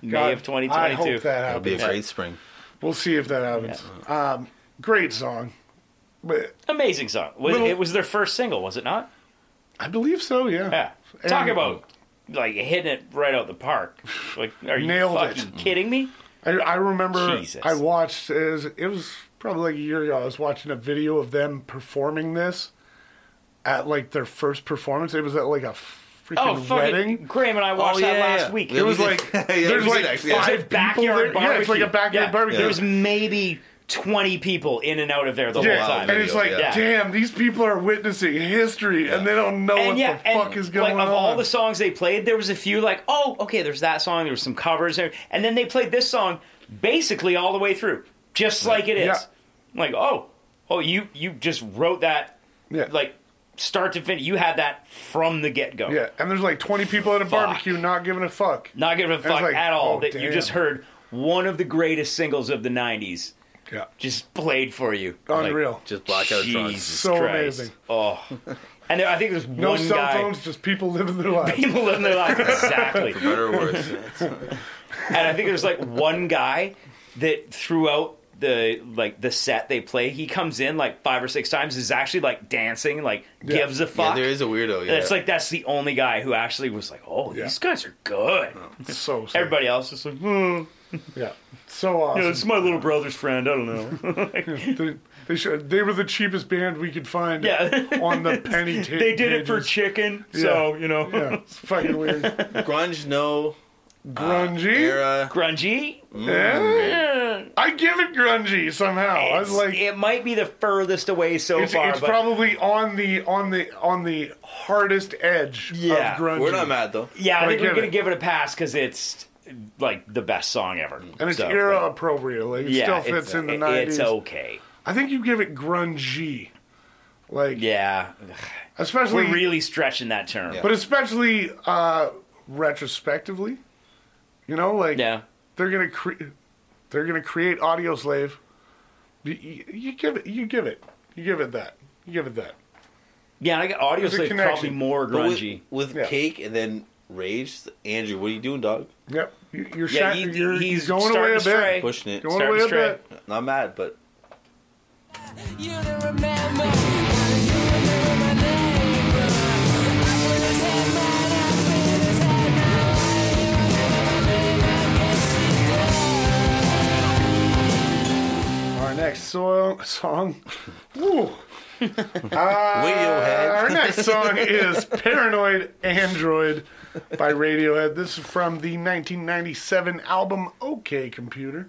May of 2022. I hope that It'll be a happens. great spring. We'll see if that happens. Um, great song, but Amazing song. Was, Little- it was their first single, was it not? I believe so. Yeah. Yeah. Talk And- about like hitting it right out the park. Like, are you Nailed it. fucking kidding me? I, I remember Jesus. I watched as it was probably like a year ago. I was watching a video of them performing this at like their first performance. It was at like a freaking Oh, fucking wedding. Oh, Graham and I watched that last week. It was we like did. Yeah, there's we like did actually, It was five. a five people backyard there. barbecue. Yeah, it's like a backyard barbecue. There was maybe 20 people in and out of there the Yeah, whole time. and it's like, Yeah. damn, these people are witnessing history, and they don't know Oh, what and yeah, the fuck and is going like, on. Of all the songs they played, there was a few like, oh, okay, there's that song. There was some covers, and and then they played this song basically all the way through, just like it is. Yeah. I'm Like, oh, oh, you you just wrote that yeah. like start to finish. You had that from the get go. Yeah, and there's like 20 people at a barbecue not giving a fuck. Not giving a it's fuck like, at all oh, that you damn. just heard one of the greatest singles of the '90s Yeah, just played for you. unreal. Just blackout Jesus songs. So Christ. amazing. Oh, and there, I think there's no one cell guy. phones, just people living their lives. People living their lives exactly. Better or worse. It's- and I think there's like one guy that throughout the like the set they play, he comes in like five or six times, is actually like dancing, like gives a yeah, fuck. there is a weirdo. Yeah. and it's like that's the only guy who actually was like, "Oh, Yeah. these guys are Oh, good." so sick. Everybody else is like, "Hmm, Yeah, so awesome. you know, it's my little brother's friend. I don't know." they, they, should, they were the cheapest band we could find Yeah. on the penny tape. they did it for Uh, chicken, so you know, Yeah, it's fucking weird. grunge, no Grungy? uh, era. grungy. yeah. Eh, I give it grungy somehow. I was it's- like, it might be the furthest away so it's, far, it's but probably on the on the on the hardest edge Yeah. of grungy. We're not mad though. yeah, I I think we're give gonna it. give it a pass because it's like the best song ever, And it's So, era appropriate. Like it still fits in the it- nineties. It's okay. I think you give it grungy. Like Yeah, especially we're really stretching that term. Yeah. but especially uh retrospectively. You know, like Yeah. they're gonna cre- they're gonna create Audio Slave. You, you- you give it you give it. You give it that. You give it that. Yeah, and I got audio There's a slave connection. probably more But grungy. With, with Yeah. cake and then rage, Andrew, what are you doing, dog? Yep. You- You're, Yeah, shat- he- you're, he's you're going starting away to a stray. bit. Pushing it. Going Starting away to a stray. bit. Not mad, but You don't remember. You don't remember my name, but I put his head right up, put his head right Our next so- song. Woo. Radiohead. Our next song is Paranoid Android by Radiohead. This is from the 1997 album OK Computer.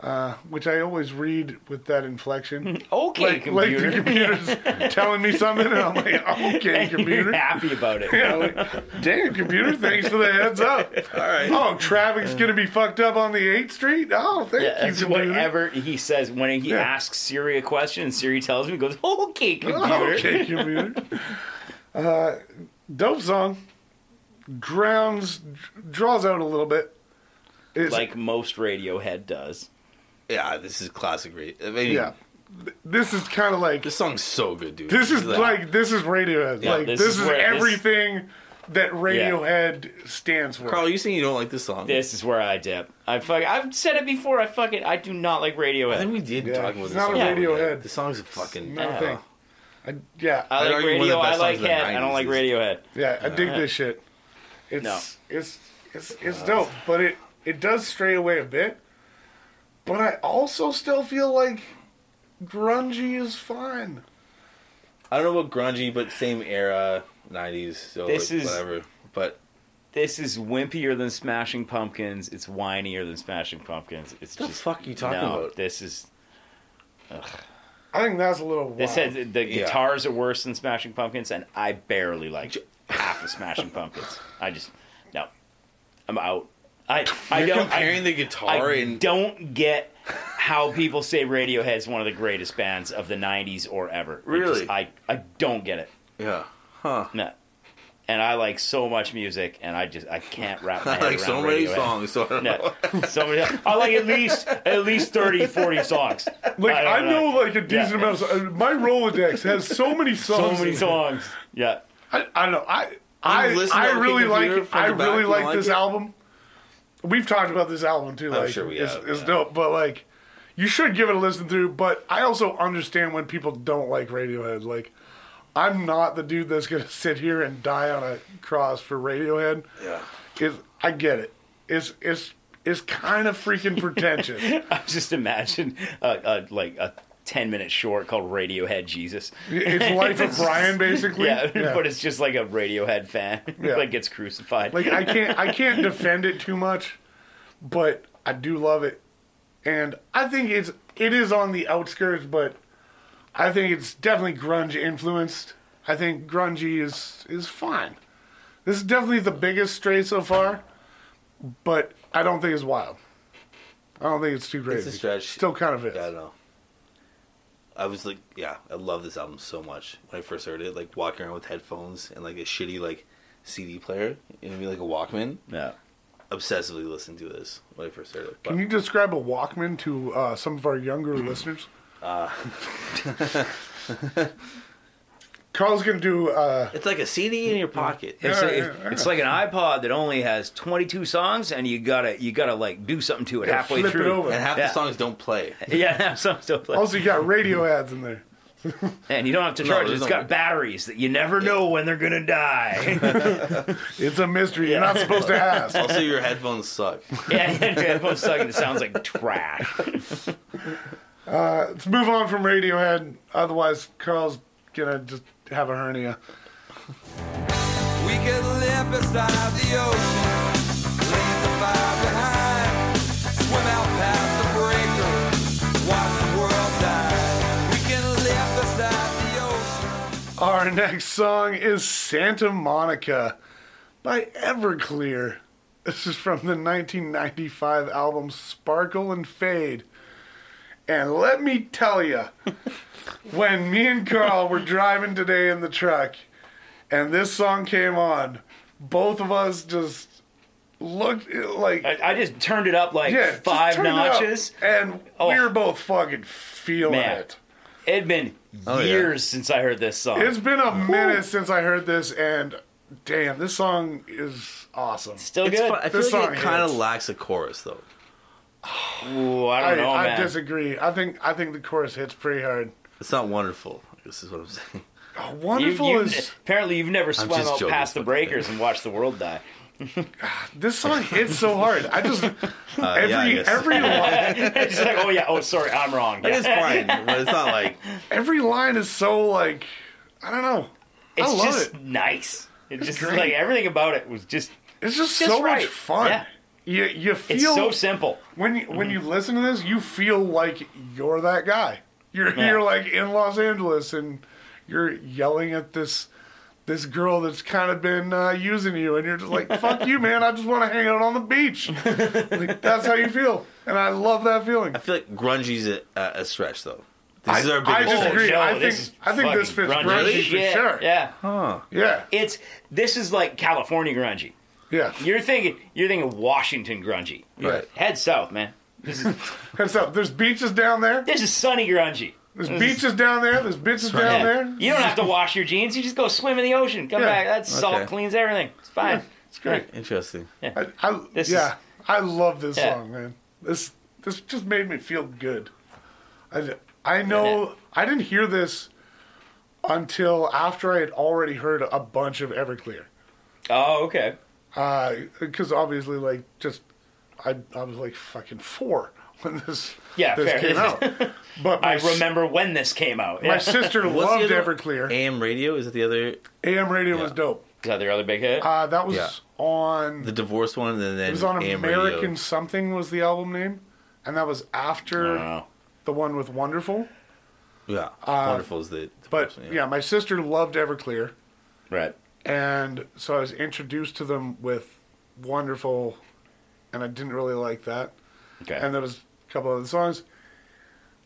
uh, which I always read with that inflection. Okay, like, like the computer. computer's telling me something, and I'm like, okay, computer. You're happy about it. Yeah, like, damn, computer, thanks for the heads up. All right. Oh, traffic's going to be fucked up on the 8th Street? Oh, thank Yeah, you, it's computer. whatever he says when he Yeah. asks Siri a question and Siri tells him, he goes, "Okay, computer." Okay, computer. uh, dope song. Grounds, draws out a little bit. It's, Like most Radiohead does. Yeah, this is classic. Ra- I mean, yeah. Th- This is kind of like This song's so good, dude. This is like this is Radiohead. Yeah, like this this, is is, where- this- everything that Radiohead stands for. Carl. You saying you don't like this song? This is where I dip. I fuck. I've said it before. I fucking. I do not like I think Radiohead. we did Yeah, talking about it's this not song. a Radiohead. The song's a fucking. Not a thing. I, yeah, I I'd like argue one of radio. the I best like songs of the head. I don't 90s like is- Radiohead. yeah, I Uh, dig this shit. It's it's it's it's dope, but it it does stray away a bit. But I also still feel like grungy is fine. I don't know about grungy, but same era, '90s. So This like, is- whatever. But This is wimpier than Smashing Pumpkins. It's whinier than Smashing Pumpkins. It's what the just fuck you talking no, about? This is I think that's a little wild. this has the Yeah. guitars are worse than Smashing Pumpkins, and I barely like half of Smashing Pumpkins. I just no, I'm out. I I You're don't comparing I, the guitar I and don't get how people say Radiohead's one of the greatest bands of the '90s or ever. It Really? just- I I don't get it. yeah, huh? No, and I like so much music, and I just I can't wrap my I head like around so many Radiohead. songs. So I don't know. No, somebody. I like at least at least 30, 40 songs. like I I, don't know, know. like a decent Yeah. amount. Of, uh, my Rolodex has so many So songs. many in it. songs. Yeah. I, I don't know. I I, listen to I OK really like Computer it. front I to back, really you like like this it? album. We've talked about this album too. I'm Like, sure we it's, have, It's yeah. dope, but like, you should give it a listen through. But I also understand when people don't like Radiohead. Like, I'm not the dude that's gonna sit here and die on a cross for Radiohead. Yeah. It's, I get it. It's it's it's kind of freaking pretentious. I just imagine a, a like a ten minute short called Radiohead Jesus. it's Life of Brian, basically. Yeah, but it's just like a Radiohead fan Yeah. like gets crucified. Like I can't I can't defend it too much, but I do love it. And I think it's it is on the outskirts, but I think it's definitely grunge influenced. I think grungy is is fine. This is definitely the biggest stray so far, but I don't think it's wild. I don't think it's too crazy. stretch. Still kind of is. Yeah, I know. I was like, yeah, I love this album so much. When I first heard it, like walking around with headphones and like a shitty like CD player, you know, what I mean? like a Walkman, yeah. obsessively listened to this when I first heard it. But Can you describe a Walkman to uh, some of our younger listeners? Uh. Carl's gonna do uh, it's like a CD in your pocket. It's, Yeah, a- yeah, it's- yeah. it's like an iPod that only has 22 songs, and you gotta you gotta like do something to it halfway flip it through. over. And half Yeah. the songs don't play. Yeah, some still play. Also, you got radio ads in there. and you don't have to charge it. there's It's no got way. batteries that you never know when they're gonna die. It's a mystery. You're not supposed to ask. Also, your headphones suck. yeah, yeah, your headphones suck and it sounds like trash. Let's move on from Radiohead. Otherwise, Carl's gonna just have a hernia. We could live beside the ocean, leave the fire behind, swim out past the breaker, watch the world die. We can live beside the ocean. Our next song is Santa Monica by Everclear. This is from the 1995 album Sparkle and Fade. And let me tell you, when me and Carl were driving today in the truck and this song came on, both of us just looked like. I, I just turned it up like yeah, just five turned it up. notches. And Oh. we were both fucking feeling Man. it. It'd been Oh, yeah. years since I heard this song. It's been a minute since I heard this, and damn, this song is awesome. Still It's good. fun. I feel This like song it kind of hits. lacks a chorus though. Ooh, I I, don't know, I man. disagree. I think I think the chorus hits pretty hard. It's not wonderful. This is what I'm saying. Oh, You- wonderful you- is apparently, you've never swam just out joking, past it's the fucking breakers and watched the world die. this song hits so hard. I just every Uh, I guess. every line, it's just like, oh yeah, oh sorry, I'm wrong. It's fine, but it's not like every line is so like I don't know. It's I love just it. nice. It just great. like everything about it was just It's just, just so right. much fun. Yeah. You you It's feel so simple. when you, when Mm. you listen to this, you feel like you're that guy. You're Yeah. you're like in Los Angeles and you're yelling at this this girl that's kind of been uh, using you, and you're just like, "Fuck you, man! I just want to hang out on the beach." like that's how you feel, and I love that feeling. I feel like grungy's a, a, a stretch though. This is our I biggest. disagree. Oh, no, I think this is I think this fits fucking grungy. grungy for yeah, sure. Yeah, Yeah, it's this is like California grungy. yeah. You're thinking you're thinking Washington grungy. Right. Head south, man. This is Heads up. There's beaches down there. this is sunny grungy. There's beaches down there. There's bitches down Yeah. there. You don't have to wash your jeans. You just go swim in the ocean. Come Yeah. back. That salt Okay. cleans everything. It's fine. It's great. Interesting. I, I, This yeah, is- I love this Yeah. song, man. This this just made me feel good. I, I know I didn't hear this until after I had already heard a bunch of Everclear, Oh, okay. because obviously, like, just I I was like fucking four when this Yeah, this fair. came out. But my, I s- remember when this came out. my Yeah. sister What's the loved other- Everclear. AM radio is that the other AM radio was Yeah. dope. Is that their other big hit? Uh, that was Yeah. on the divorce one, and then it was on AM American radio. something was the album name, and that was after. oh. the one with Wonderful. Yeah, wonderful is the. uh, But divorce one, yeah. my sister loved Everclear, Right. and so I was introduced to them with Wonderful, and I didn't really like that. Okay. And there was a couple other songs.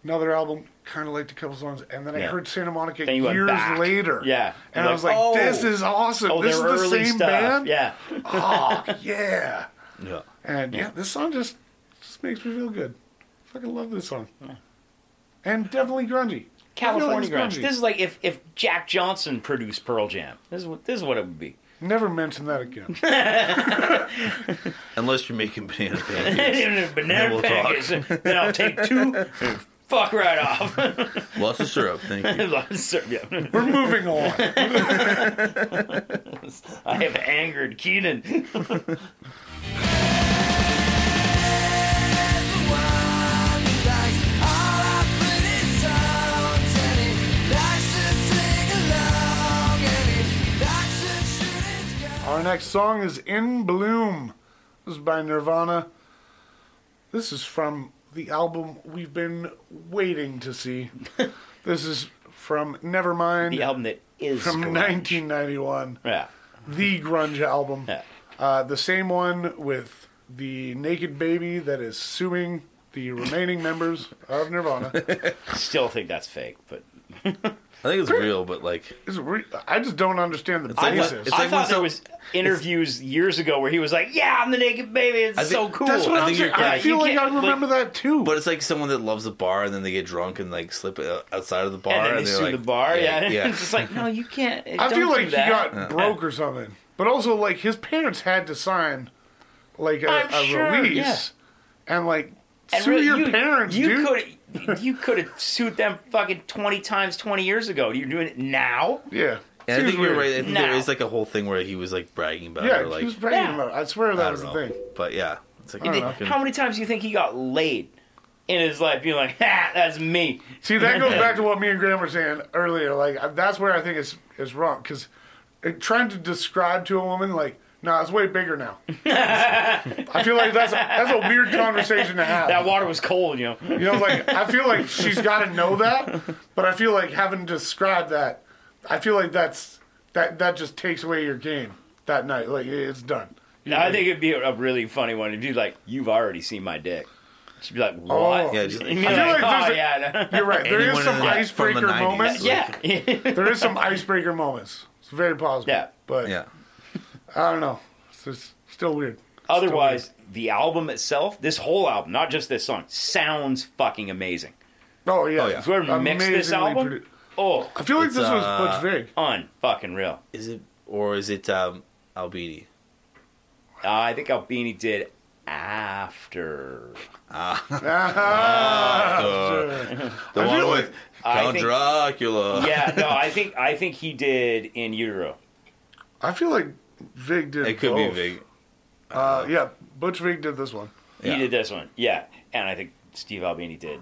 Another album, kind of liked a couple songs, and then I Yeah. heard Santa Monica Then you went years back. later. Yeah. and You're I was like, like, "Oh." "This is awesome! oh, this their is the early same stuff. band." Yeah. oh, yeah. yeah. And yeah, this song just just makes me feel good. Fucking love this song. And definitely grungy. I feel like California it's grunge. This is like if, if Jack Johnson produced Pearl Jam. This is what this is what it would be. Never mention that again. Unless you're making banana pancakes. Even if banana we'll talk. pancakes. Then I'll take two. and Fuck right off. Lots of syrup. Thank you. Yeah. We're moving on. I have angered Keenan. Our next song is In Bloom. This is by Nirvana. This is from the album we've been waiting to see. This is from Nevermind The album that is from grunge. 1991. Yeah. The grunge album. Yeah. Uh, the same one with the naked baby that is suing the remaining members of Nirvana. Still think that's fake, but I think it's real, but like It's re- I just don't understand the It's like- basis. it's I like when thought there some- was interviews years ago where he was like, "Yeah, I'm the naked baby. It's I think- so cool." That's what I I am think saying. you're I right. feel You like I can't- like- remember that too. But it's like someone that loves a bar and then they get drunk and like slip o- outside of the bar and then they they're sue like, the bar. Yeah, yeah. it's just like, no, you can't. I don't feel do like he that. got broke or something. But also, like his parents had to sign like a, I'm a sure, release, and like And sue really, your you, parents, You dude. could you could have sued them fucking twenty times twenty years ago. You're doing it now. Yeah, And I Seems think you're weird. right. I think there No. is like a whole thing where he was like bragging about Yeah, it. Or, like, he was bragging Yeah. about it. I swear I that don't was the know. thing. But yeah, it's like fucking- How many times do you think he got laid in his life? Being like, "Ha, that's me." See, that goes back to what me and Graham were saying earlier. Like I- that's where I think it's is wrong because trying to describe to a woman like. No, it's way bigger now. I feel like that's that's a weird conversation to have. That water was cold, you know. You know, like I feel like she's got to know that, but I feel like having described that, I feel like that's that that just takes away your game that night. Like it's done. I think it'd be a really funny one if you like, "You've already seen my dick." She'd be like, "What?" Oh. Yeah, just like, And be I feel like, like there's "Oh a- yeah." no." You're right. There is Anyone some in the- from the icebreaker 90s. moments. yeah. There is some icebreaker moments. It's very possible. Yeah. But yeah. I don't know. It's just still weird. Otherwise, the album itself, this whole album, not just this song, sounds fucking amazing. Oh yeah. Oh, yeah. Whoever mixed this Amazingly album, produ- oh, I feel like It's, this was uh, Butch Vig. unfucking real. Is it or is it um, Albini? Uh, I think Albini did after. Ah, Ah, The I one feel with like- I Count think- Dracula. Yeah, no, I think I think he did in utero. I feel like Vig did. It could both. be big. Uh, yeah, Butch Vig did this one. He Yeah. did this one, yeah, and I think Steve Albini did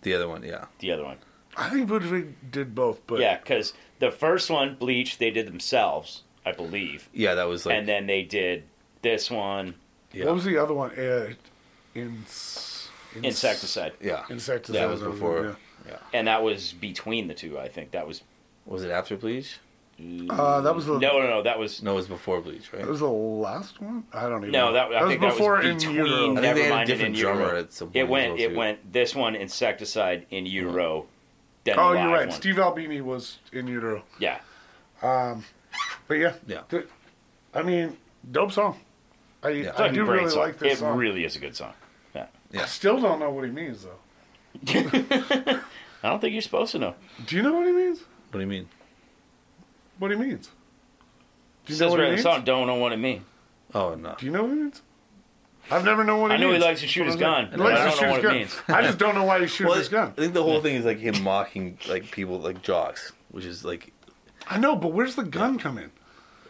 The other one, yeah. the other one. I think Butch Vig did both, but Yeah, because the first one, Bleach, they did themselves, I believe, Yeah, that was like and then they did this one Yeah. What was the other one? Uh, ins- ins- Insecticide. yeah. Insecticide. That was before. And that was between the two, I think. That was Was it after Bleach? yeah. Uh, that was the. no, no, no. That was No, it was before Bleach, right? That was the last one. I don't even. no. know. That, I think that before was in between. Utero. I think they had a Nevermind and in different drummer Euro. at some point It as went. well, it too. went. This one insecticide in Euro. Then Oh, the you're live right. one. Steve Albini was in Utero. Yeah. But yeah, Yeah. th- I mean, dope song. I, I Fucking do great really song. like this It song. really is a good song. Yeah. I still don't know what he means though. I don't think you're supposed to know. Do you know what he means? What do you mean? What he means? Do you know Says what right he in the means? song. Don't know what it means. Oh no. Do you know what he means? I've never known what he I know means. he likes to shoot his That's gun. what I'm saying. but He I likes don't know to what it shoot his means. gun. I just don't know why he's shooting Well, his gun. I think the whole thing is like him mocking like people like jocks, which is like I know, but where's the gun come in?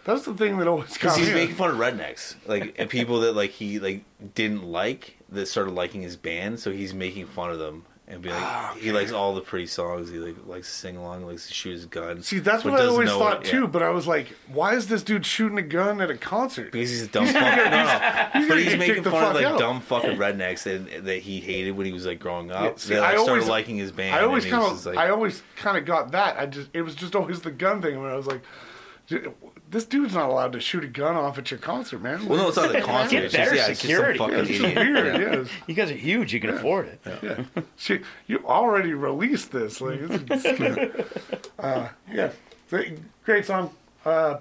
That's the thing that always because comes he's in. making fun of rednecks, like and people that like he like didn't like that started liking his band, so he's making fun of them and be like Ah, he likes all the pretty songs, he like likes to sing along, likes to shoot his gun. See, that's but what I doesn't always know thought what- too. yeah. But I was like, why is this dude shooting a gun at a concert? Because he's a dumb fuck. No, no. but gonna he's get making kicked the fun of fuck like out. dumb fucking rednecks that, that he hated when he was like growing up. Yeah, see, that like, I always- started liking his band. I always and he was kind of, just, like, I always kind of got that. I just, it was just always the gun thing where I was like, "Dude, this dude's not allowed to shoot a gun off at your concert, man. well, no, it's not the concert. Get It's just, better yeah, it's just some security. fucking it's just idiot. weird. Yeah, You guys are huge. You can afford it. yeah. yeah. Shit, you already released this. Like, it's, it's- uh, yeah, Th- great song. Uh,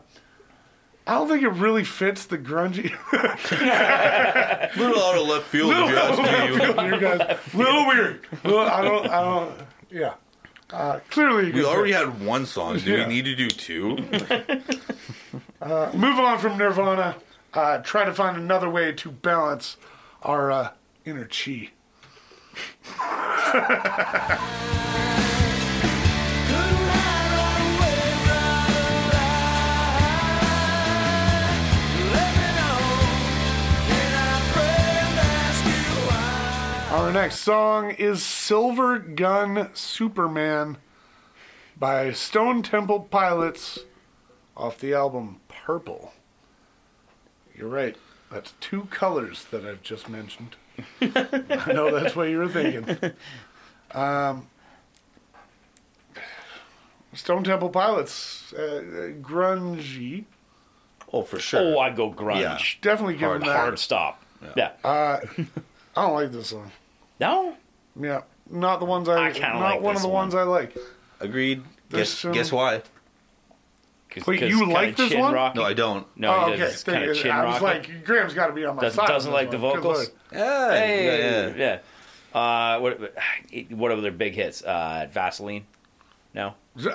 I don't think it really fits the grungy. little out of left field, if you ask me. you guys, little weird. Little, I don't. I don't. Yeah. Uh, clearly, We already had one song. Do Yeah. we need to do two? Move on from Nirvana. Uh, try to find another way to balance our uh, inner chi. Our next song is Silver Gun Superman by Stone Temple Pilots off the album Purple. You're right. That's two colors that I've just mentioned. I know that's what you were thinking. Um, Stone Temple Pilots, uh, uh, grungy. Oh, for sure. Oh, I go grunge. Definitely give them Hard- that. Hard stop. Yeah. Uh, I don't like this song. no. Yeah, not the ones I. I kinda not like one this of the one. Oh, ones I like. Agreed. There's Guess some- guess why? Wait, you like this one? No, I don't. No, oh, he okay. does. Kind of Thank you. chin I rock. was it. like, Graham's got to be on my Doesn't- side. on doesn't this like the one. Good vocals? lord. Yeah, yeah, yeah. yeah. Uh, what? What are their big hits? Uh, Vaseline. No.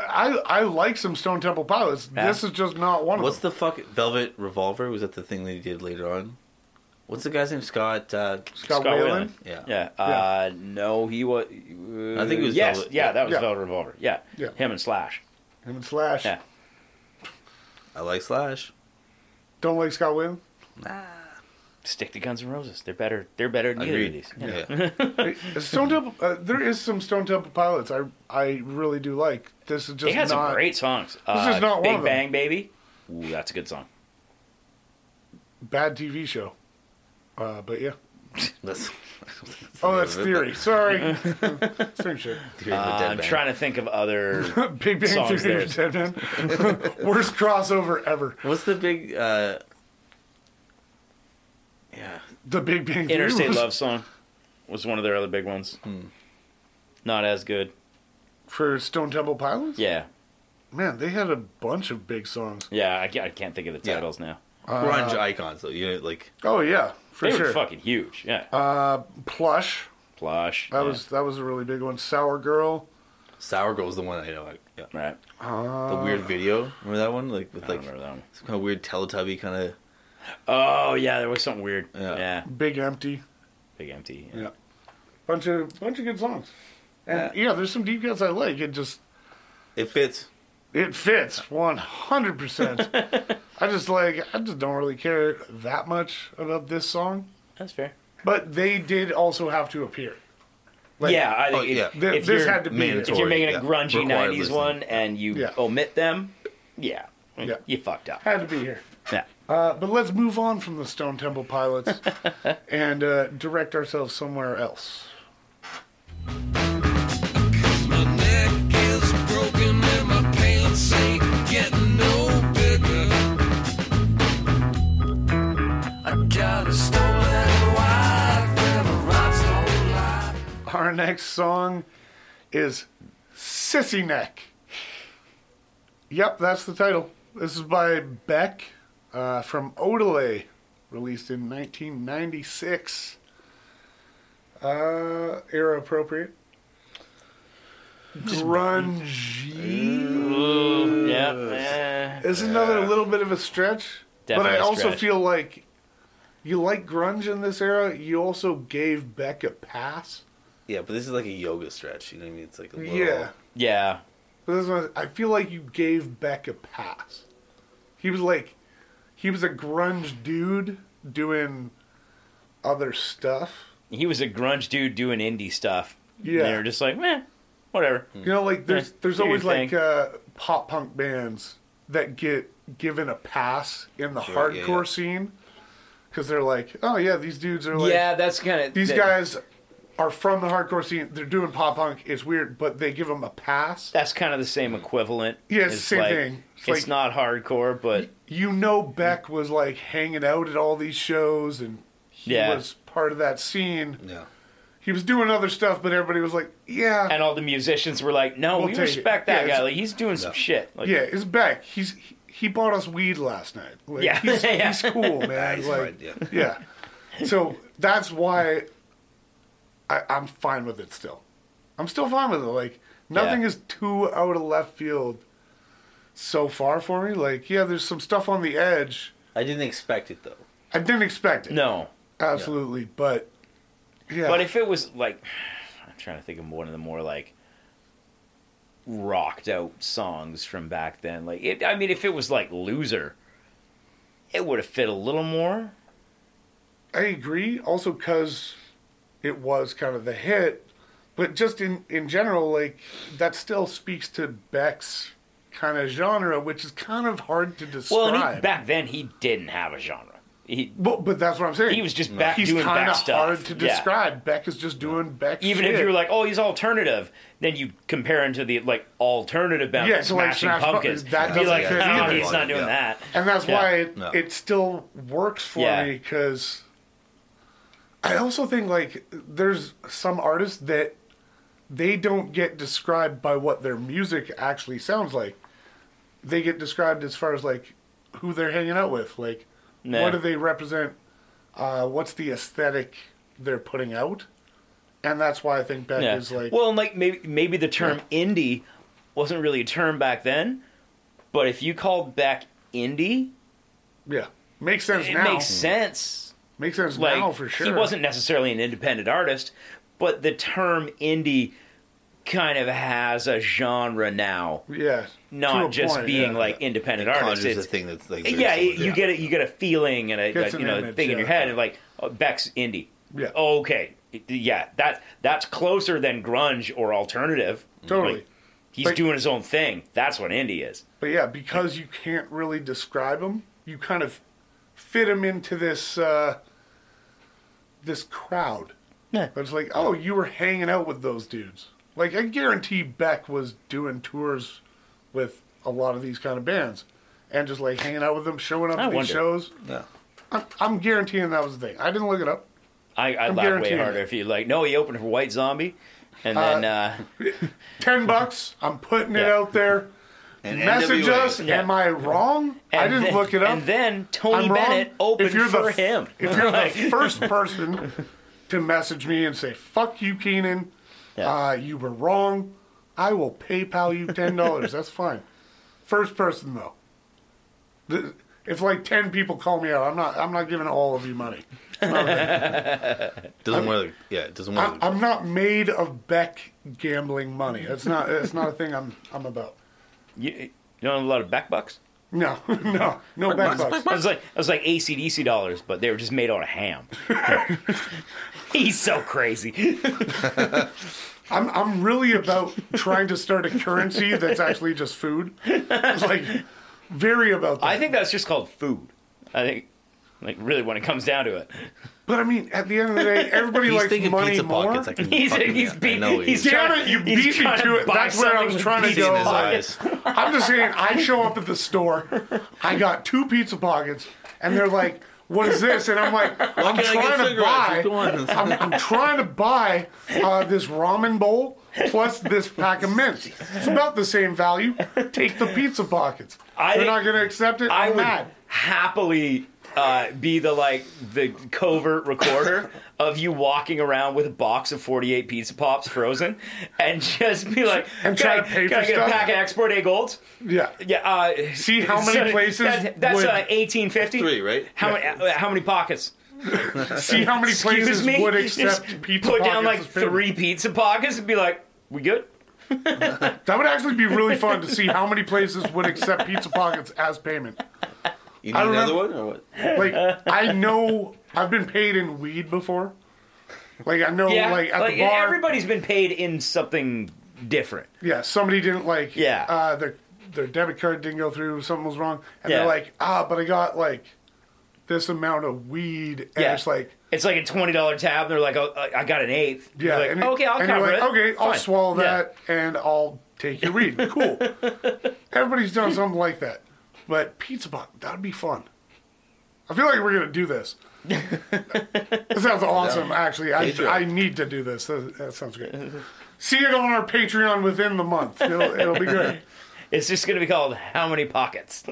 I I like some Stone Temple Pilots. Yeah. This is just not one What's of them. the fuck? Velvet Revolver was that the thing they did later on? What's the guy's name? Scott. Uh, Scott, Scott Whalen. Whalen. yeah. Yeah. Uh, No, he was. I think it was Yes. Velvet- Yeah, that was Yeah. Velvet Revolver. Yeah. Yeah. Him and Slash. Him and Slash. Yeah. I like Slash. Don't like Scott Whalen. Stick to Guns N' Roses. They're better. They're better than either of Agreed. these. Yeah. Stone Temple. Uh, there is some Stone Temple Pilots. I I really do like. This is just They had not. some great songs. is Uh, not one Big of them. Bang Baby. Ooh, that's a good song. bad TV show. Uh, but yeah. That's, Oh, that's theory. Sorry. Same shit. Uh, I'm trying to think of other. Big Bang Song's Theory, theirs. Dead Man. Worst crossover ever. What's the big? uh Yeah, The Big Bang Theory. Interstate was- Love Song was one of their other big ones. Hmm. Not as good. for Stone Temple Pilots. Yeah. Man, they had a bunch of big songs. Yeah, I, ca- I can't think of the Yeah. titles now. Uh, grunge icons though. You know, like Oh yeah, for They sure. were fucking huge. Yeah. Plush. Plush. yeah. That was that was a really big one. Sour Girl. Sour Girl's the one I know. Like, yeah. Right. The weird video. Remember that one? Like with Uh, I don't like remember that one. some kind of weird Teletubby kind of. Oh, yeah, there was something weird. Yeah. Yeah. Big Empty. Big empty. Yeah. Bunch of bunch of good songs. And yeah, there's some deep cuts I like. It just It fits. it fits 100. percent I just like I just don't really care that much about this song. That's fair. But they did also have to appear. yeah, I think Oh, yeah. if, Th- if this you're, had to be if mandatory. you're making a Yeah. grungy Required 90s listening. one and you Yeah. omit them, yeah, Yeah. you fucked up. had to be here. Yeah. Uh, but let's move on from the Stone Temple Pilots and uh, direct ourselves somewhere else. My neck is broken and my pants ain't getting no bigger. I got a stolen wife and a rhinestone life. Our next song is Sissy Neck. Yep, that's the title. This is by Beck uh, from Odelay, released in 1996. Uh, era appropriate. Grunge. Yeah. It's another little bit of a stretch. Definitely but I a also stretch. feel like you like grunge in this era, you also gave Beck a pass. Yeah, but this is like a yoga stretch. You know what I mean? It's like a little. Yeah. Yeah. But this one, I feel like you gave Beck a pass. He was like, he was a grunge dude doing other stuff. He was a grunge dude doing indie stuff. Yeah. Hmm. They were just like, meh, whatever. You know, like there's Yeah, there's do your always like thing. uh, pop punk bands that get given a pass in the Sure, yeah, hardcore yeah. scene because they're like, oh yeah, these dudes are like, yeah, that's kind of these guys are from the hardcore scene. They're doing pop punk. It's weird, but they give them a pass. That's kind of the same equivalent. Yeah, it's the same like, thing. It's It's, like- not hardcore, but you know Beck was like hanging out at all these shows and he Yeah. was part of that scene. Yeah. He was doing other stuff, but everybody was like, Yeah. and all the musicians were like, "No, We'll we take it. respect Yeah, that it's- guy. Like, he's doing some shit." Like, yeah, it's Beck. He's he- he bought us weed last night. Like, Yeah. he's, Yeah. he's cool, man. He's like, right, yeah. yeah. So that's why I, I'm fine with it still. I'm still fine with it. Like nothing Yeah. is too out of left field so far for me. Like yeah, there's some stuff on the edge. I didn't expect it though. I didn't expect it. No, Absolutely, but yeah, but if it was like, I'm trying to think of one of the more like rocked out songs from back then. Like, it, I mean, if it was like "Loser," it would have fit a little more. I agree. Also, because it was kind of the hit, but just in in general, like that still speaks to Beck's kind of genre, which is kind of hard to describe. Well, and he, back then he didn't have a genre. He but, but that's what I'm saying. he was just back He's doing kind back of stuff. hard to Yeah. describe. Beck is just doing Beck. Even shit. if you were like, "Oh, he's alternative," then you compare him to the like alternative band, Yeah, like, so, like, Smashing Smash Pu- Pumpkins. that Be doesn't like, fit "Oh, either." he's not doing Yeah. that. and that's Yeah. why it, No. it still works for Yeah. me because I also think like there's some artists that they don't get described by what their music actually sounds like. They get described as far as like who they're hanging out with, like Nah. what do they represent, uh, what's the aesthetic they're putting out, and that's why I think Beck Yeah. is like well, and like maybe maybe the term indie wasn't really a term back then, but if you called back indie, yeah makes sense it now makes sense. Makes sense Like now for sure. he wasn't necessarily an independent artist, but the term indie kind of has a genre now, yeah to a not just point, being yeah. like independent artists. Conjures a It's, thing that's like. very yeah, similar. you get it. You get a feeling and a Gets like, an you know image, thing in your yeah. head, and like oh, Beck's indie. Yeah. Oh, okay. Yeah. That that's closer than grunge or alternative. totally. Like, he's But- doing his own thing. That's what indie is. But yeah, because you can't really describe them, you kind of fit them into this uh, this crowd. Yeah. It's like, oh, you were hanging out with those dudes. Like I guarantee Beck was doing tours with a lot of these kind of bands, and just like hanging out with them, showing up I at these wonder. shows. Yeah. I'm, I'm guaranteeing that was the thing. I didn't look it up. I, I I'm laugh way guaranteeing harder it. if you like. No, he opened for White Zombie, and then uh, Ten bucks. I'm putting it Yeah. out there. And Message NWA. us. Yeah. Am I wrong? I and didn't then- look it up. And then Tony I'm wrong. Bennett opened If you're for the- him. If you're the first person to message me and say, fuck you, Keenan, Yeah. uh, you were wrong, I will PayPal you $10. That's fine. First person, though. Th- If like 10 people call me out, I'm not, I'm not giving all of you money. Doesn't wear. the- Yeah, it doesn't wear. I, the- I'm not made of Beck gambling money. That's not, that's not a thing I'm, I'm about. you, you don't have a lot of Beck bucks. No, no, no Beck bucks. It was like it was like ACDC dollars, but they were just made out of ham. He's so crazy. I'm I'm really about trying to start a currency that's actually just food. It's like very about that. I think that's just called food. I think, like, really, when it comes down to it, But I mean, at the end of the day, everybody He's likes thinking money pizza more. pockets. I can he's fucking- he's I beat. know he he's is. Damn trying- it, you he's beat me trying to it. buy That's where I something was with trying to pizza in go. his on it. eyes. I'm just saying, I show up at the store, I got two pizza pockets, and they're like, "What is this?" And I'm like, "I'm can I get trying to cigarettes? What's buy, going on? I'm, I'm trying to buy uh, this ramen bowl plus this pack of mints. It's about the same value. Take the pizza pockets. I They're think- not gonna accept it. I I'm would mad. happily uh, be the like the covert recorder of you walking around with a box of 48 pizza pops frozen, and just be like, "Can And try I, to pay can I for get stuff?" a pack of export A golds?" Yeah. Yeah. Uh, See how many so places That, that's would- uh, 1850. Three, right? How many? uh, How many pockets? See how many Excuse places me. would Just accept pizza Put pockets. down like as payment. three pizza pockets and be like, "We good?" That would actually be really fun to see how many places would accept pizza pockets as payment. You need I another remember- one or what? Like I know I've been paid in weed before. Like I know Yeah. like at like the bar everybody's been paid in something different. Yeah, somebody didn't like Yeah. uh their their debit card didn't go through, something was wrong. And Yeah. they're like, ah, but I got like this amount of weed and Yeah. it's like It's like a twenty dollar tab. They're like, oh, I I got an eighth. yeah, You're like, and it- okay, I'll and you're cover like, it. Okay, I'll Fine. swallow Yeah. that and I'll take your weed. Cool. Everybody's done something like that. But pizza pot, that'd be fun. I feel like we're gonna do this. that sounds awesome. Actually, I, Patreon. I need to do this. That, that sounds great. See it on our Patreon within the month. It'll, it'll be great. It's just gonna be called how many pockets?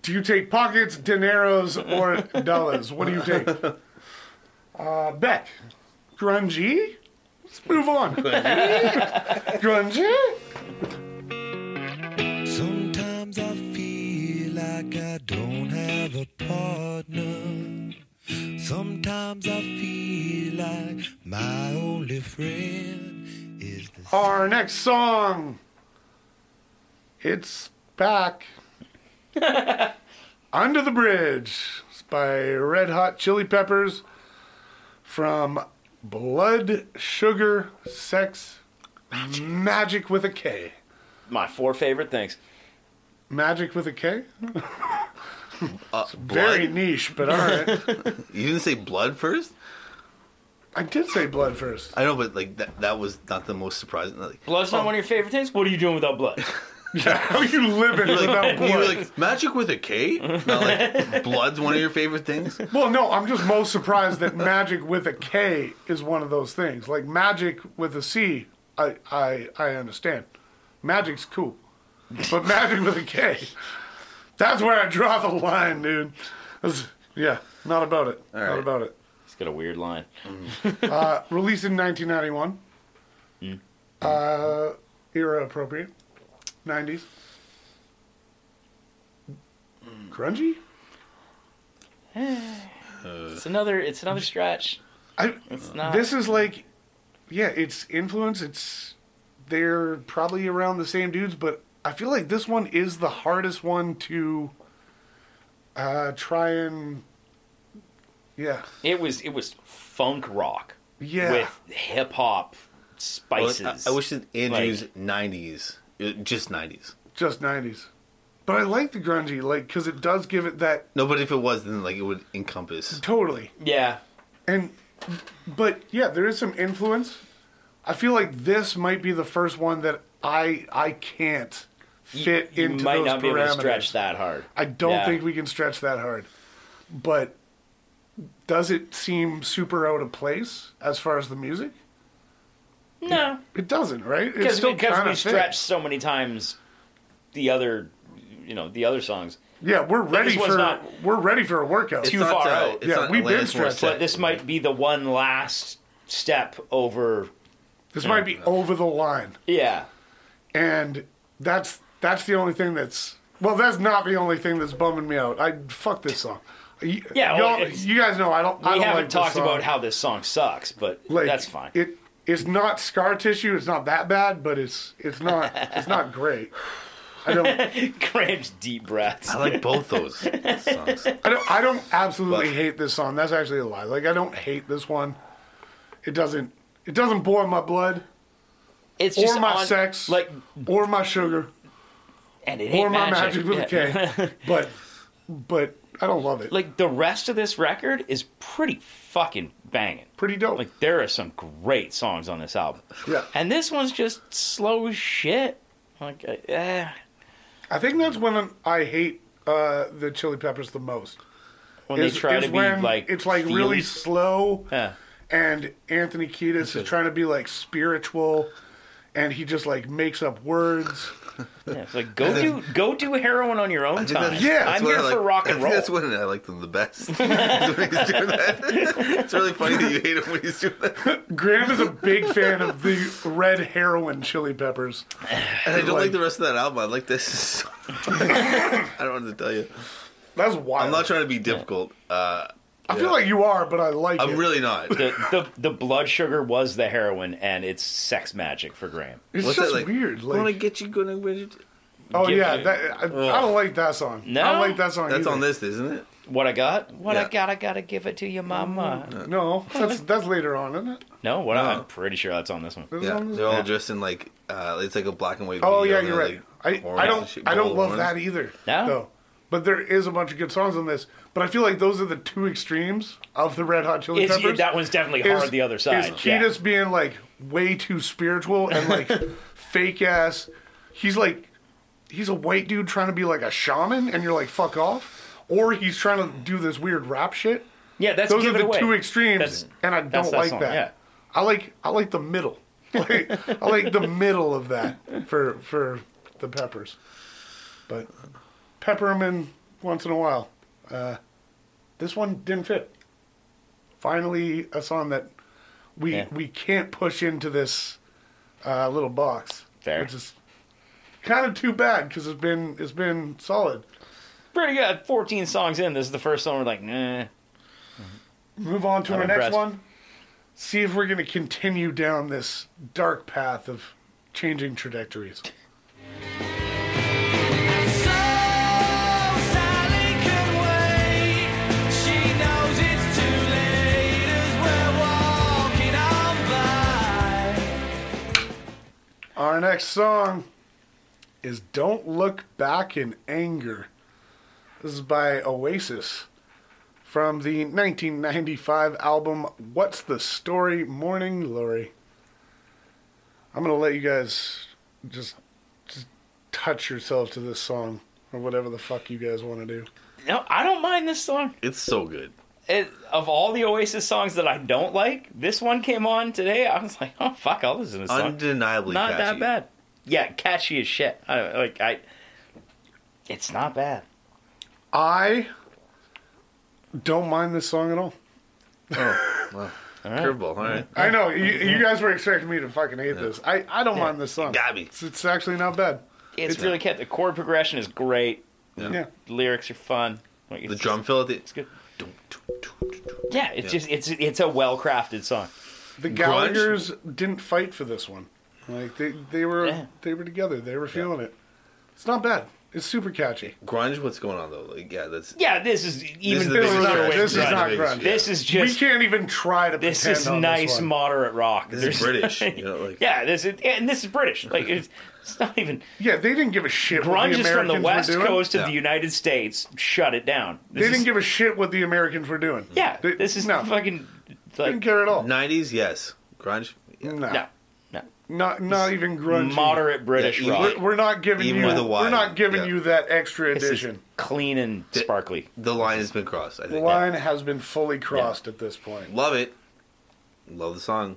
Do you take pockets, dineros, or dollars? What do you take? Uh, Beck, grungy. Let's move on. grungy. Sometimes I feel like I don't have a partner. Sometimes I feel like my only friend is the Our next song. It's back. Under the Bridge. It's by Red Hot Chili Peppers from Blood Sugar Sex Magic with a K. My four favorite things. Magic with a K? Uh, Very blood? niche, but all right. You didn't say blood first. I did say blood first. I know, but like that, that was not the most surprising. Like, Blood's Oh. not one of your favorite things. What are you doing without blood? Oh, How you living like, without you were blood? like magic with a K. Not like blood's one of your favorite things. Well, no, I'm just most surprised that magic with a K is one of those things. Like magic with a C, I I, I understand. Magic's cool, but magic with a K, that's where I draw the line, dude. That's- yeah, not about it. not right. about it. Uh, It's got a weird line. Released in 1991. Uh, era appropriate. 90s. Grungy. It's another. It's another stretch. I, It's not. this is like yeah it's influence it's they're probably around the same dudes but i feel like this one is the hardest one to uh try and yeah It was. It was funk rock yeah with hip hop Well, spices. I, I wish that Andrew's '90s, uh, just '90s. just 90s but i like the grungy like because it does give it that No, but if it was, then like it would encompass. totally Yeah. and but yeah there is some influence i feel like this might be the first one that i i can't fit You into might those not parameters. be able to stretch that hard. I don't Yeah. think we can stretch that hard. But does it seem super out of place as far as the music? No. It doesn't, right? It's Because we, because kinda we thick. stretched so many times. The other, you know, the other songs. Yeah, we're ready This one's for not- we're ready for a workout. Too far out. It's Yeah, not we've been Alanis stretched, Morissette. But this might be the one last step over. this might be over the line, Yeah. and that's that's the only thing that's well, that's not the only thing that's bumming me out. I fuck this song. Y- Yeah, well, y'all- it's- you guys know I don't. I We don't haven't like this talked song. about how this song sucks, but Like, that's fine. It it's not scar tissue. It's not that bad, but it's it's not it's not great. I don't Graham's deep breaths. I like both those songs. I don't I don't absolutely But- hate this song. That's actually a lie. Like I don't hate this one. It doesn't it doesn't boil my blood It's or just my on- sex like, or my sugar and it ain't or my magic with Yeah. a K. But but I don't love it. Like the rest of this record is pretty fucking banging. Pretty dope. Like there are some great songs on this album. yeah. And this one's just slow as shit. Like, uh, eh. I think that's when I hate uh, the Chili Peppers the most. when they try to be when like, it's like really feely- slow, Yeah. and Anthony Kiedis is trying to be like spiritual, and he just like makes up words. yeah, it's like go do go do heroin on your own I think time. that's- Yeah, that's I'm when here I like- for rock I and think roll. That's when I like them the best. is when he's doing that. it's really funny that you hate him when he's doing that. Graham is a big fan of the red heroin Chili Peppers. And I don't like, Like- the rest of that album. I like this. I don't want to tell you. That's wild. I'm not trying to be difficult. Uh, I yeah. feel like you are, but I like it. I'm really not. the, the the blood sugar was the heroin, and it's sex magic for Graham. It's What's just that like? weird. Like, Gonna get you, gonna win it. oh give yeah, me- that, I, I don't like that song. No? I don't like that song. That's either. on this, isn't it? What I got? What I Yeah. Mm. got? I gotta give it to you, mama. No, that's that's later on, isn't it? No, what? I- No. I'm pretty sure that's on this one. That's Yeah, on this- they're all dressed in like uh, it's like a black and white. Oh video yeah, and you're they're, right. like, I, horns I and don't shit, I gold don't love horns. that e- either. No? Though. But there is a bunch of good songs on this. But I feel like those are the two extremes of the Red Hot Chili It's, Peppers. that one's definitely hard the other side. Is yeah. Kiedis being like way too spiritual and like fake ass? He's like he's a white dude trying to be like a shaman, and you're like fuck off. Or he's trying to do this weird rap shit. Yeah, that's Those give are it the away. two extremes, That's- and I that's don't that like song, that. yeah. I like I like the middle. Like, I like the middle of that for for the peppers, but pepper 'em in once in a while. Uh, this one didn't fit. Finally, a song that we Yeah. we can't push into this uh, little box, Fair. which is kind of too bad because it's been it's been solid. Pretty good. 14 songs in. This is the first song we're like, nah. move on to I'm our impressed. next one. See if we're going to continue down this dark path of changing trajectories. Our next song is Don't Look Back in Anger. This is by Oasis from the 1995 album What's the Story Morning Glory. I'm going to let you guys just, just touch yourself to this song or whatever the fuck you guys want to do. No, I don't mind this song. It's so good. It, of all the Oasis songs that I don't like, this one came on today. I was like, oh, fuck, I'll listen to this song. Undeniably not that catchy. bad. Yeah, catchy as shit. I don't, like I, it's not bad. I don't mind this song at all. Curveball, all right. I know you, you guys were expecting me to fucking hate this. I, I don't mind this song. Got me. It's, it's actually not bad. It's, really kept. The chord progression is great. Yeah. The lyrics are fun. Like, it's The just- drum fill at the it's good. Yeah, it's just it's it's a well crafted song. The Gallagher's didn't fight for this one. Like they, they were Yeah. they were together. They were feeling it. It's not bad. It's super catchy. grunge. What's going on though? Like yeah, that's Yeah, this is this even is the this biggest is not- stretch. this is the not biggest- grunge. yeah. This is we just can't even try to. this pretend is on nice This one. moderate rock. This is There's- British. You know, like Yeah, this is and this is British. Like it's, it's not even yeah, they didn't give a shit. what grunge the is from the Americans were west doing. coast of Yeah. the United States. Shut it down. They didn't give a shit what the Americans were doing. Yeah, They- this is no. fucking They didn't like care at all. nineties. Yes, grunge. Yeah. No, no, no. not not even grunge. moderate British Yeah, rock. even- We're not giving Even you. with a Y, We're not giving yeah. you that extra This is edition. clean and sparkly. The line has been crossed. I The think. line has been fully crossed at this point. Love it. Love the song.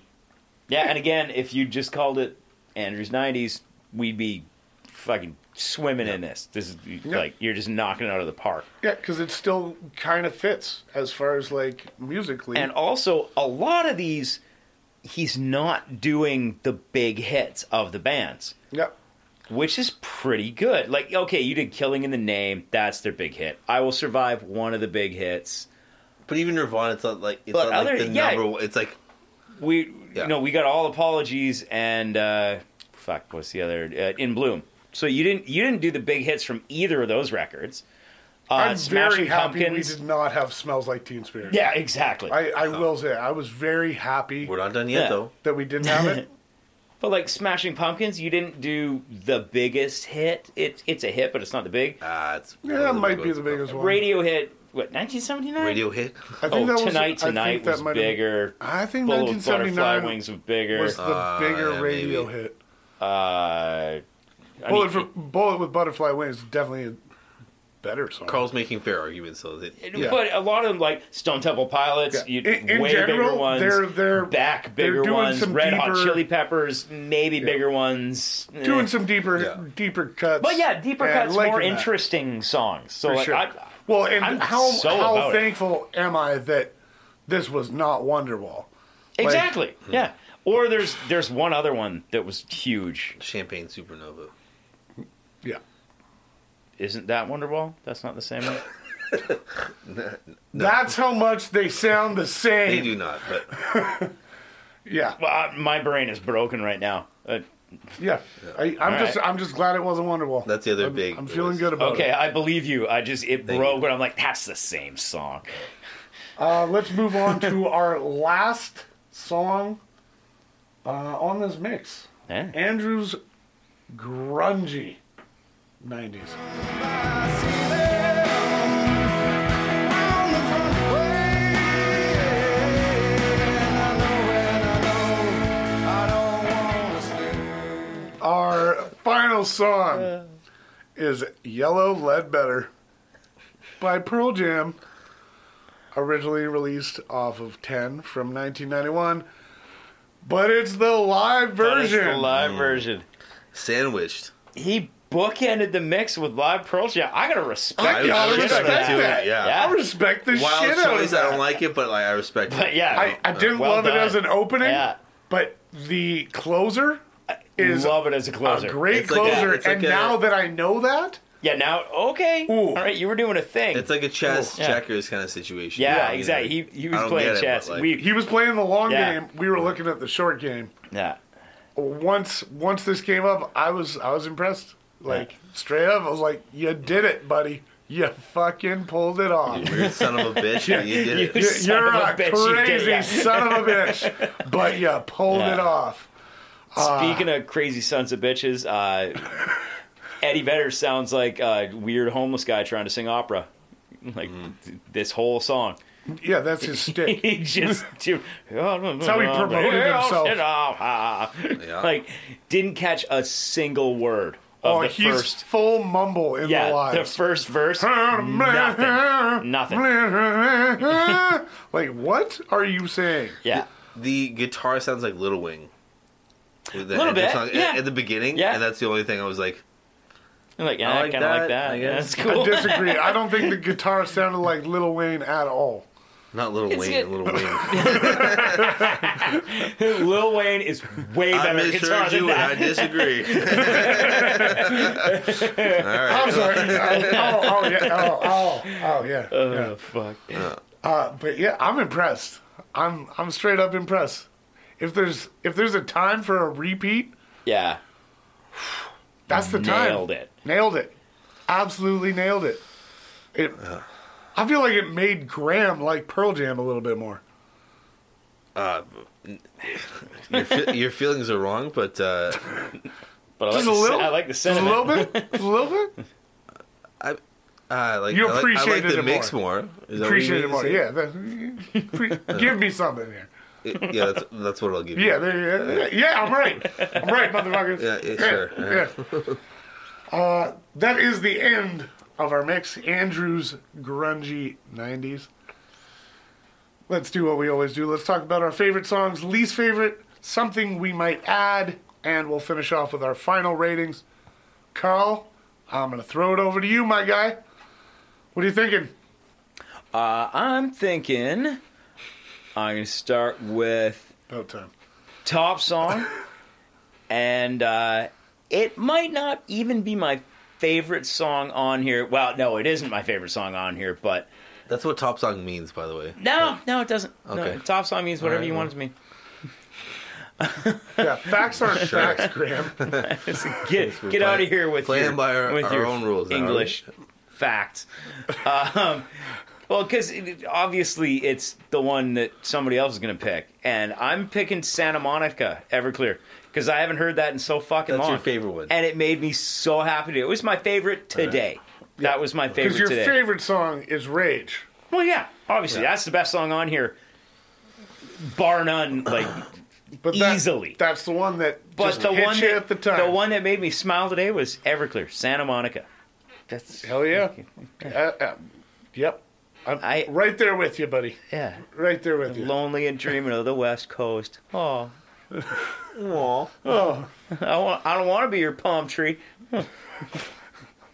Yeah, and again, if you just called it Andrew's '90s, we'd be fucking swimming in this. This is like you're just knocking it out of the park. Yeah, because it still kind of fits as far as like musically. And also, a lot of these, he's not doing the big hits of the bands. yeah. which is pretty good. Like, okay, you did Killing in the Name. That's their big hit. I Will Survive, one of the big hits. But even Nirvana, it's not like it's But not like other- the yeah. number one. It's like We, Yeah. you know, we got All Apologies and, uh, fuck, what's the other? Uh, in Bloom. So you didn't you didn't do the big hits from either of those records. Uh, I'm Smashing very happy Pumpkins. we did not have Smells Like Teen Spirit. Yeah, Oh. exactly. I, I will say, I was very happy we're not done yet Yeah. though. that we didn't have it. But like Smashing Pumpkins, you didn't do the biggest hit. It's it's a hit, but it's not the big. Ah, it's Yeah, it might be the biggest one. Radio hit. What 1979? Radio hit. I Oh, think that was- tonight I think tonight that was might have- bigger. I think Full of butterfly 1979 wings was bigger. was the Ah, bigger yeah, radio maybe. hit. uh, I mean, Bullet, for, Bullet with Butterfly Wings is definitely a better song. Carl's making fair arguments, so that it- yeah. But a lot of them, like Stone Temple Pilots, Yeah. you, In- in way bigger general, ones. they're- they're- back bigger they're doing ones. some Red Hot deeper- Chili Peppers, maybe bigger ones. eh. Doing some deeper Yeah. deeper cuts. But yeah, deeper and cuts, more liking that, interesting songs. So for like, sure. I, well, and I'm how, so how about it. thankful am I that this was not Wonderwall? exactly, hmm. yeah. Or there's there's one other one that was huge. champagne supernova. Yeah. Isn't that Wonderwall? That's not the same one. That's how much they sound the same. They do not, but Yeah, Well, I, my brain is broken right now. Uh, yeah. I, I'm All just, right. I'm just glad it wasn't Wonderwall. that's the other I'm, big. I'm feeling good about okay, it. I believe you. I just it Thank broke, you. but I'm like, that's the same song. Uh, let's move on to our last song uh, on this mix. Yeah. Andrew's grungy '90s. Our final song is Yellow Ledbetter by Pearl Jam, originally released off of 10 from 1991, but it's the live version. That's the live version. Sandwiched. He bookended the mix with live Pearl Jam. I gotta respect I the gotta shit out of respect that. that. Yeah. I respect the Wild shit out of choice. that. I don't like it, but like I Uh, respect But it. yeah, I, I didn't well love it done. as an opening, Yeah. but the closer is love it as a closer. a great It's like a- closer. it's like and a- now that I know that, Yeah, now okay. Ooh. All right, you were doing a thing. It's like a chess Yeah. checkers kind of situation. yeah, You know, exactly. He like, he I was don't playing get it, chess. but, like, we he was playing the long Yeah. game. We were looking at the short game. yeah. Once once this came up, I was I was impressed. Like straight up, I was like, "You did it, buddy. You fucking pulled it off. weird son of a bitch. but you did You- it. You're, Son you're of a a, bitch, you did crazy that. son of a bitch, but you pulled Yeah. it off." Ah. Speaking of crazy sons of bitches, uh, Eddie Vedder sounds like a weird homeless guy trying to sing opera. Like Mm. th- this whole song, Yeah, that's his stick. he just that's how he promoted himself. Yeah. ah, Like didn't catch a single word of Oh, the he's first. full mumble in Yeah, the the lives. first verse. nothing. Nothing. like, what are you saying? Yeah. The guitar sounds like Little Wing. With the Little Hendrix bit, song at- yeah. at, the beginning, Yeah. and that's the only thing I was like, I'm like, yeah, I, like kind of like that, that. I Yeah, guess. that's cool. I disagree. I don't think the guitar sounded like Lil Wayne at all. not Little It's Wayne, good. Little Wayne. Lil Wayne is way I better at guitar misheard than you, and that. I disagree. I'm sorry. oh, oh, yeah. Oh, oh, oh, yeah. yeah. Oh, fuck. Uh, but yeah, I'm impressed. I'm I'm straight up impressed. If there's if there's a time for a repeat, Yeah. that's the time. Nailed it. Nailed it. Absolutely nailed it. It. I feel like it made Graham like Pearl Jam a little bit more. your, fe- your feelings are wrong, but uh, But I like, Just the, a se- little. I like the Just a sentiment. little bit. Just a little bit. uh, like You I like, I like appreciated the it mix more. Is that what you Appreciate it mean more. to Yeah. that- pre- give me something here. say? It- yeah. That's, that's what I'll give you. Yeah. There, yeah, yeah. I'm right. I'm right, motherfuckers. Yeah, yeah, sure. Yeah. Uh, that is the end of our mix. Andrew's grungy '90s. Let's do what we always do. Let's talk about our favorite songs, least favorite, something we might add, and we'll finish off with our final ratings. Carl, I'm gonna throw it over to you, my guy. What are you thinking? I'm thinking I'm going to start with About time. top song. and uh, it might not even be my favorite song on here. Well, no, it isn't my favorite song on here, but That's what top song means, by the way. no, no, it doesn't. Okay. No, top song means whatever right, you well. want it to mean. Yeah, facts aren't facts, Graham. get get out of here with playing your, by our- with our your own rules, aren't we? English facts. Um, Well, because it, obviously it's the one that somebody else is going to pick, and I'm picking Santa Monica Everclear because I haven't heard that in so fucking That's long. your favorite one. and it made me so happy. It was my favorite today. That was my favorite Because your today. favorite song is Rage. well, yeah, obviously that's the best song on here, bar none. Like, But that- Easily. That's the one that but just the hit one you that, at the time. one that made me smile today was Everclear, Santa Monica. That's Hell yeah. Uh, uh, yep. I'm I- right there with you, buddy. yeah. Right there with you. Lonely and dreaming of the West Coast. Oh. Oh, I, want, I don't want to be your palm tree.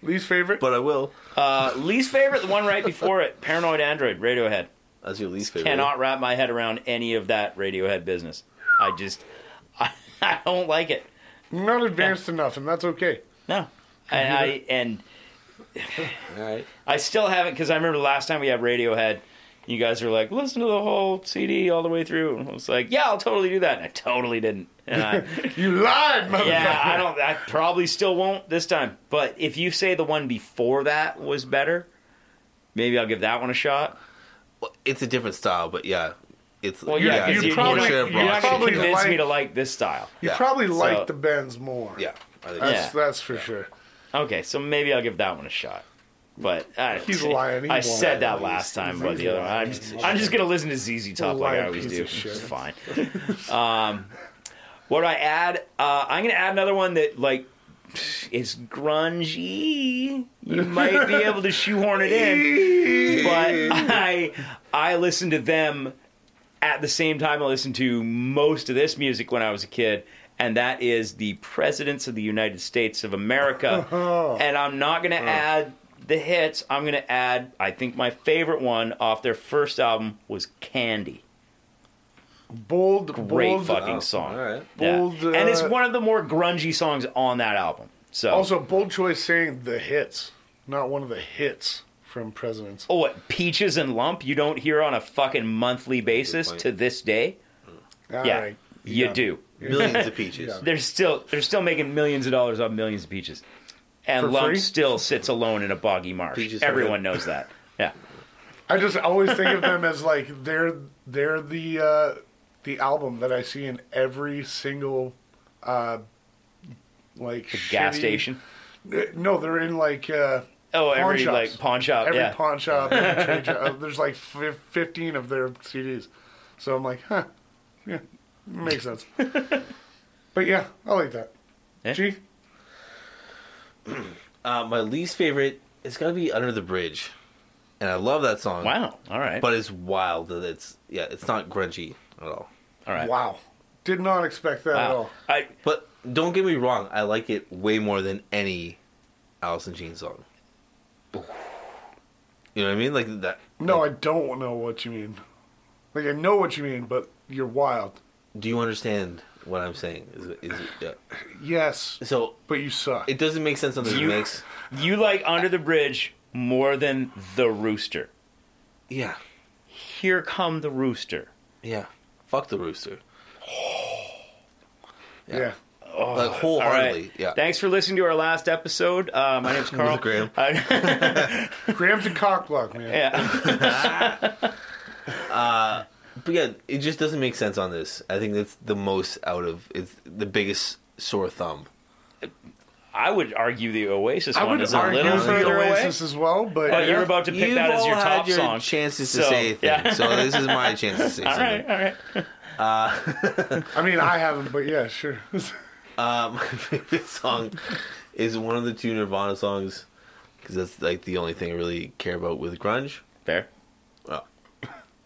least favorite. But I will. Uh, least favorite, the one right before it, Paranoid Android, Radiohead. That's your least favorite. Cannot wrap my head around any of that Radiohead business. I just, I, I don't like it. I'm not advanced enough, and that's okay. No, and I and All right. I still haven't because I remember the last time we had Radiohead. You guys were like, listen to the whole CD all the way through. And I was like, yeah, I'll totally do that. And I totally didn't. And I, You lied, motherfucker. yeah, I don't. I probably still won't this time. But if you say the one before that was better, maybe I'll give that one a shot. Well, it's a different style, but yeah, it's Well, yeah, 'cause it's you- a probably- portrait of you You're Ross. not going to Probably convince like- me to like this style. You Yeah. probably like So- the Benz more. yeah. I think- That's, Yeah. that's for sure. Okay, so maybe I'll give that one a shot. But I, He's lying. He I won't. said that last time, but the other one, I'm just, I'm just going to listen to ZZ Top like Lying I always piece do. of shit. It's fine. um, what do I add? Uh, I'm going to add another one that like is grungy. You might be able to shoehorn it in, but I I listen to them at the same time I listened to most of this music when I was a kid, and that is the Presidents of the United States of America. Oh. and I'm not going to add the hits. I'm going to add, I think my favorite one off their first album was Candy. Bold, Great bold. uh, fucking song. all right. Yeah. Bold, uh, and it's one of the more grungy songs on that album. So Also, bold choice saying the hits, not one of the hits from Presidents. Oh, what peaches and lump you don't hear on a fucking monthly basis point. to this day? All yeah, right. you Yeah. do. Millions of peaches. They're still they're still making millions of dollars off millions of peaches, and For lump free? still sits alone in a boggy marsh. Peaches are Everyone good. knows that. Yeah, I just always think of them as like they're they're the uh, the album that I see in every single uh, like gas shitty- station. Uh, No, they're in like uh, Oh, Pawn every shops. like pawn shop. every Oh, yeah. pawn shop. Every trade shop. Uh, There's like fif- fifteen of their CDs, so I'm like, huh, yeah, makes sense. but yeah, I like that. Yeah. Gee, Uh, my least favorite is got to be Under the Bridge, and I love that song. Wow. All right. But it's wild that it's yeah, it's not grungy at all. all right. wow, did not expect that at all. Wow. I But don't get me wrong, I like it way more than any Alice in Chains song. You know what I mean? Like that. No, I don't know what you mean. Like I know what you mean, but you're wild. Do you understand what I'm saying? Is, is, yeah. Yes, So but you suck. it doesn't make sense on the You- mix. you like Under the Bridge more than the Rooster. Yeah, Here come the Rooster. yeah. Fuck the rooster. yeah. like Oh, All right. wholeheartedly. Yeah. Thanks for listening to our last episode. Uh, my name's Carl. Graham. Uh, Graham's a cockblock, man. yeah. But yeah, it just doesn't make sense on this. I think that's the most out of it's the biggest sore thumb. I would argue the Oasis I one would is a argue little for the further away. Oasis as well, but, But you're about to pick that as your all top had your song. chances to So, say things. yeah. So this is my chance to say all something. right, all right. I mean, I haven't, but yeah, sure. Uh, my favorite song is one of the two Nirvana songs because that's like the only thing I really care about with grunge. Fair. The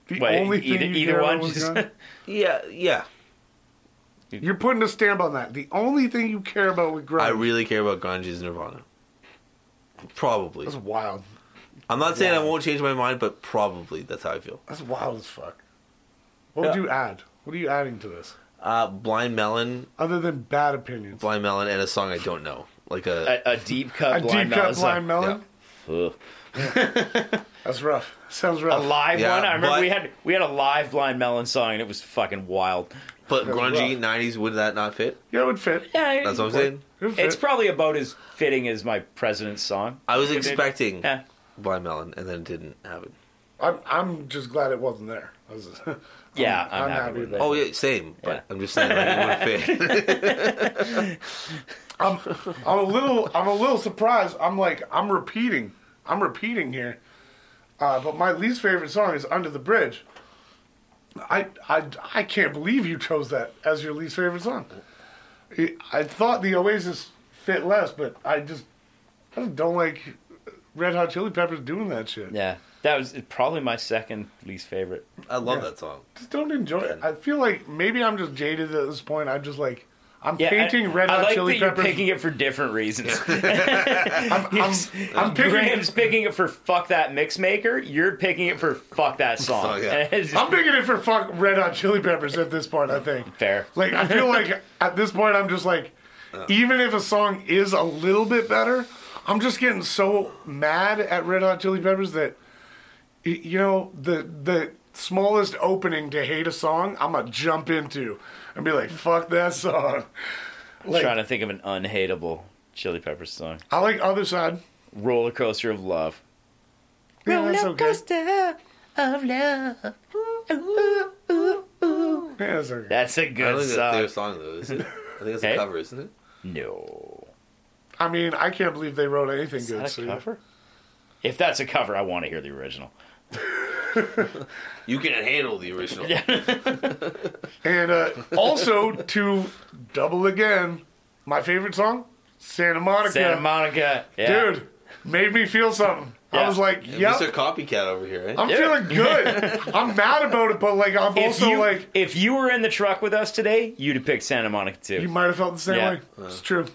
Wait, only thing either- you either care one about was just- Grunge- Yeah, yeah. You're putting a stamp on that. The only thing you care about with grunge. I really care about grunge is Nirvana. Probably. That's wild. I'm not saying I won't change my mind, but probably that's how I feel. That's wild as fuck. What would Yeah. you add? What are you adding to this? Uh, Blind Melon, Other than bad opinions. Blind Melon, and a song I don't know, like A, a deep cut a blind deep Melon cut song. blind melon? Ugh. That's rough. Sounds a rough. live Yeah, one. I remember but- we had we had a live Blind Melon song, and it was fucking wild. But That's grungy rough. '90s would that not fit? Yeah, it would fit. Yeah, That's what I'm saying. It would fit. it's probably about as fitting as my president's song. I was It did. expecting Yeah. Blind Melon, and then it didn't happen. I'm I'm just glad it wasn't there. I was- I'm- Yeah, I'm happy with that. Oh yeah, same. But Yeah. I'm just saying, like, it would fit. I'm, I'm a little I'm a little surprised. I'm like I'm repeating. I'm repeating here. Uh, but my least favorite song is Under the Bridge. I I I can't believe you chose that as your least favorite song. I- I thought the Oasis fit less, but I just I just don't like Red Hot Chili Peppers doing that shit. Yeah, that was probably my second least favorite. I love that song. Just don't enjoy it. I feel like maybe I'm just jaded at this point. I'm just like I'm Yeah, painting I, Red I Hot like Chili that you're Peppers. picking it for different reasons. I'm, I'm, I'm picking Graham's picking it for fuck that mix maker. You're picking it for fuck that song. Oh, yeah. It's just I'm picking it for fuck Red Hot Chili Peppers at this point. I think. fair. Like I feel like at this point I'm just like, even if a song is a little bit better, I'm just getting so mad at Red Hot Chili Peppers that, y- you know, the the smallest opening to hate a song, I'm gonna jump into and be like, fuck that song. Like trying to think of an unhateable Chili Peppers song. I like Other Side. Roller coaster of love. Yeah, that's okay. of love. Yeah, that's okay. That's a I don't good think that's song. their song though. Is it? I think it's Hey? a cover, isn't it? No. I mean, I can't believe they wrote anything Is good. that so a yeah. cover? If that's a cover, I want to hear the original. You can handle the original. And uh, also to double again, my favorite song, Santa Monica. Santa Monica. Yeah. Dude, made me feel something. I Yeah. was like, Mr. yep. Copycat over here, eh? right? I'm feeling good. I'm mad about it, but like I'm If also you, like if you were in the truck with us today, you'd have picked Santa Monica too. you might have felt the same Yeah. way. It's true.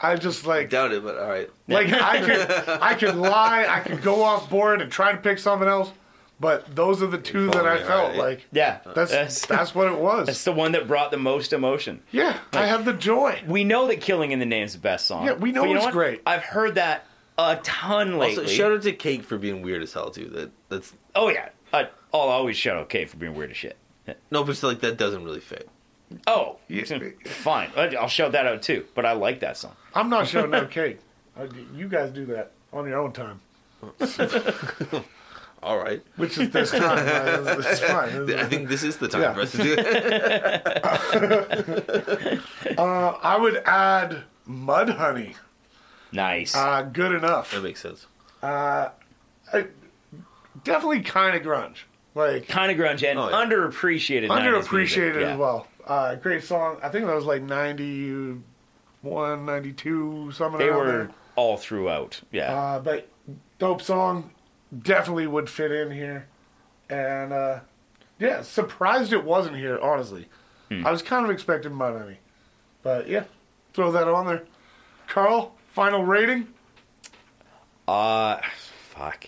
I just like doubt it, but all right. like I could I could lie, I could go off board and try to pick something else, but those are the two that follow I me, felt alright. like yeah, that's that's, what it was. that's the one that brought the most emotion. yeah, I had the joy. We know that "Killing in the Name" is the best song. Yeah, we know But you it's what? great. I've heard that a ton Also, lately. shout out to Cake for being weird as hell too. That that's oh yeah, I, I'll always shout out Kate for being weird as shit. no, but it's like that doesn't really fit. Oh, Yeah. fine. I- I'll shout that out too. But I like that song. I'm not showing no cake. I- You guys do that on your own time, All right, which is this time. right? It's, it's fine. I think this is the time Yeah. for us to do it. I would add Mud Honey. Nice. Uh, good enough. that makes sense. Definitely kind of grunge. Like kind of grunge and Oh, yeah. underappreciated. 90s music. underappreciated Yeah. as well. Uh, great song. I think that was like 91, 92, something. They around were there. all throughout. Yeah. Uh, but dope song. Definitely would fit in here. And uh, yeah, surprised it wasn't here. Honestly, Hmm. I was kind of expecting Mud Honey, but yeah, throw that on there. Carl, final rating. Uh, fuck.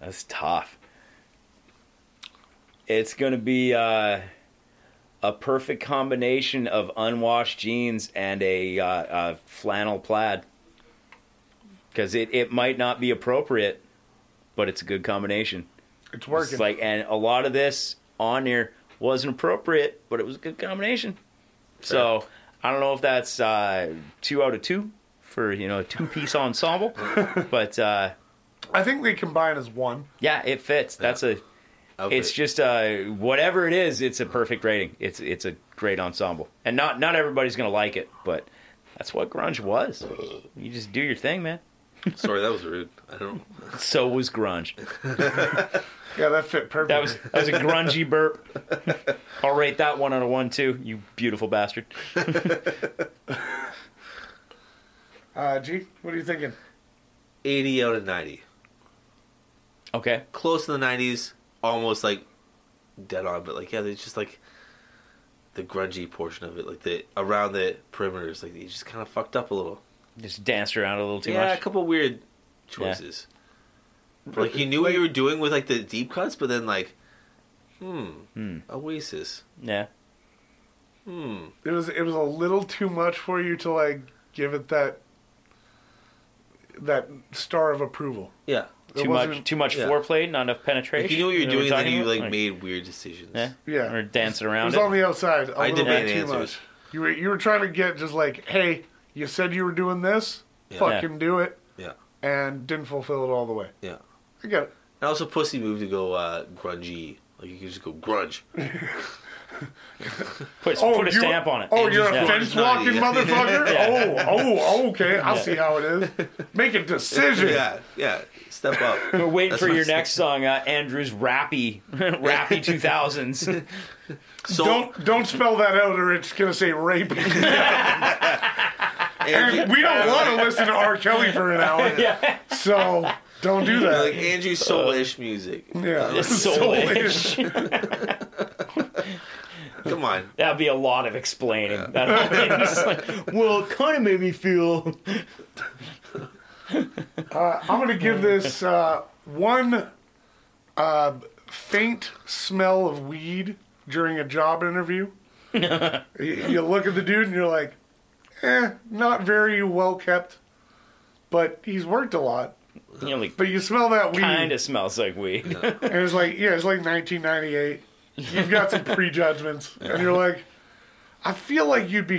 That's tough. It's gonna be uh, a perfect combination of unwashed jeans and a, uh, a flannel plaid. Because it, it might not be appropriate, but it's a good combination. It's It's working. like, and a lot of this on here wasn't appropriate, but it was a good combination. So I don't know if that's uh, two out of two for you know a two-piece ensemble, but uh, I think they combine as one. yeah, it fits. That's a. Outfit. It's just uh, whatever it is. It's a perfect rating. It's it's a great ensemble, and not not everybody's gonna like it, but that's what grunge was. You just do your thing, man. sorry, that was rude. I don't. So was grunge. Yeah, that fit perfect. That was that was a grungy burp. I'll rate that one on a one too. You beautiful bastard. Uh, G, what are you thinking? 80 out of 90. Okay. Close to the 90s, almost like dead on, but like, yeah, it's just like the grungy portion of it, like the around the perimeters, like they just kind of fucked up a little. Just danced around a little too yeah, a much. couple weird choices. Like, you knew what you were doing with like the deep cuts, but then like, hmm, Oasis. Yeah. It was it was a little too much for you to like give it that that star of approval. Yeah. It Too wasn't- much too much yeah. foreplay, not enough penetration. Like, you knew what you were doing, know and then you talking like about? made weird decisions. Yeah. Yeah. Or dancing It around was it. on the outside a I little demand bit too answers. much. You were you were trying to get just like, hey, you said you were doing this, fucking do it, Yeah. and didn't fulfill it all the way. Yeah. I get it. And also, Pussy moved to go uh, grungy. Like you could just go grunge. Put, put a you- stamp on it. Oh, you're Yeah. a fence walking Yeah. motherfucker. Oh, oh, okay. I see how it is. Make a decision. Yeah, yeah. Step up. We're waiting That's for what your I'm next song, uh, Andrew's Rappy, Rappy 2000s. So Don't don't spell that out, or it's gonna say rape. Andrew, And we don't want to listen to R. Kelly for an hour. So don't do like that. Andrew's soul-ish music. Yeah. It's so Soulish. Come on. That'd be a lot of explaining. That'd be just like, well, it kind of made me feel. Uh, I'm gonna give this uh, one uh, faint smell of weed during a job interview. you, you look at the dude and you're like, eh, not very well kept, but he's worked a lot. You know, like, But you smell that weed, kind of smells like weed. and it's like, yeah, it's like 1998. You've got some prejudgments, and you're like, I feel like you'd be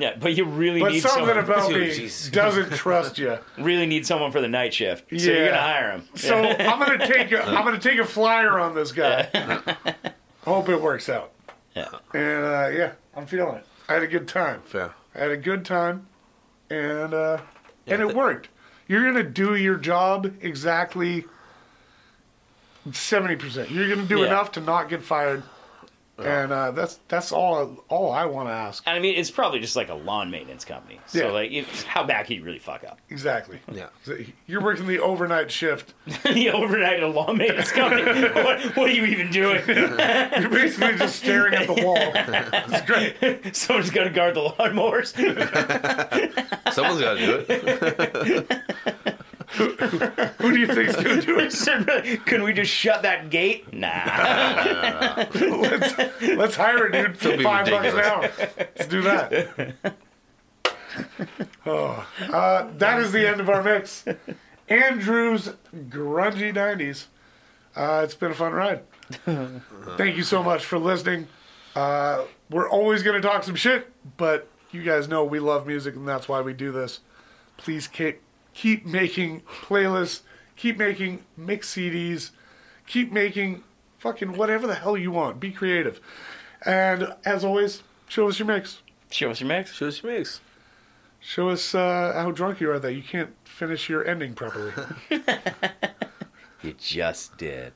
yeah, but you really but need something someone. about Dude, me Jesus. doesn't trust you. really need someone for the night shift. So you're Yeah. gonna hire him. So I'm gonna take a I'm gonna take a flyer on this guy. Hope it works out. Yeah. And uh, yeah, I'm feeling it. I had a good time. Fair. I had a good time, and uh, and it worked. You're gonna do your job exactly seventy percent. You're gonna do Yeah. enough to not get fired, and uh, that's that's all all I want to ask. And I mean, it's probably just like a lawn maintenance company. So Yeah. like, if, how bad can you really fuck up? Exactly. Yeah. You're working the overnight shift. the overnight at a lawn maintenance company. what, what are you even doing? You're basically just staring at the wall. It's great. Someone's gonna guard the lawnmowers. Someone's got to do it. Who do you think's gonna do it? Can we just shut that gate? Nah. Let's hire a dude for be five bucks an hour. ridiculous. Let's do that. Oh, uh, that is the end of our mix. Andrew's grungy nineties. Uh, it's been a fun ride. Thank you so much for listening. Uh, we're always going to talk some shit, but you guys know we love music, and that's why we do this. Please keep keep making playlists, keep making mix CDs, keep making fucking whatever the hell you want. Be creative, and as always, show us your mix. Show us your mix. Show us your mix. Show us uh, how drunk you are that you can't finish your ending properly. You just did.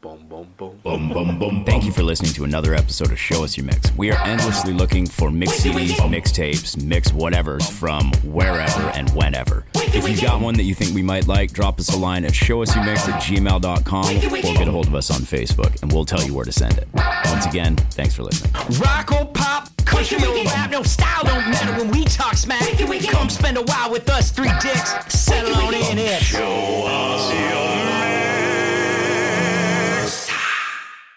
Boom, boom, boom. Bum bum bum Thank you for listening to another episode of Show Us Your Mix. We are endlessly looking for mix CDs, mixtapes, mix whatevers from wherever and whenever. If you got one that you think we might like, drop us a line at showusyourmix at gmail.com or get a hold of us on Facebook and we'll tell you where to send it. Once again, thanks for listening. Rock or pop, country or rap, no style don't matter when we talk smack. Come spend a while with us, three dicks, settle on in it. Show us your mix.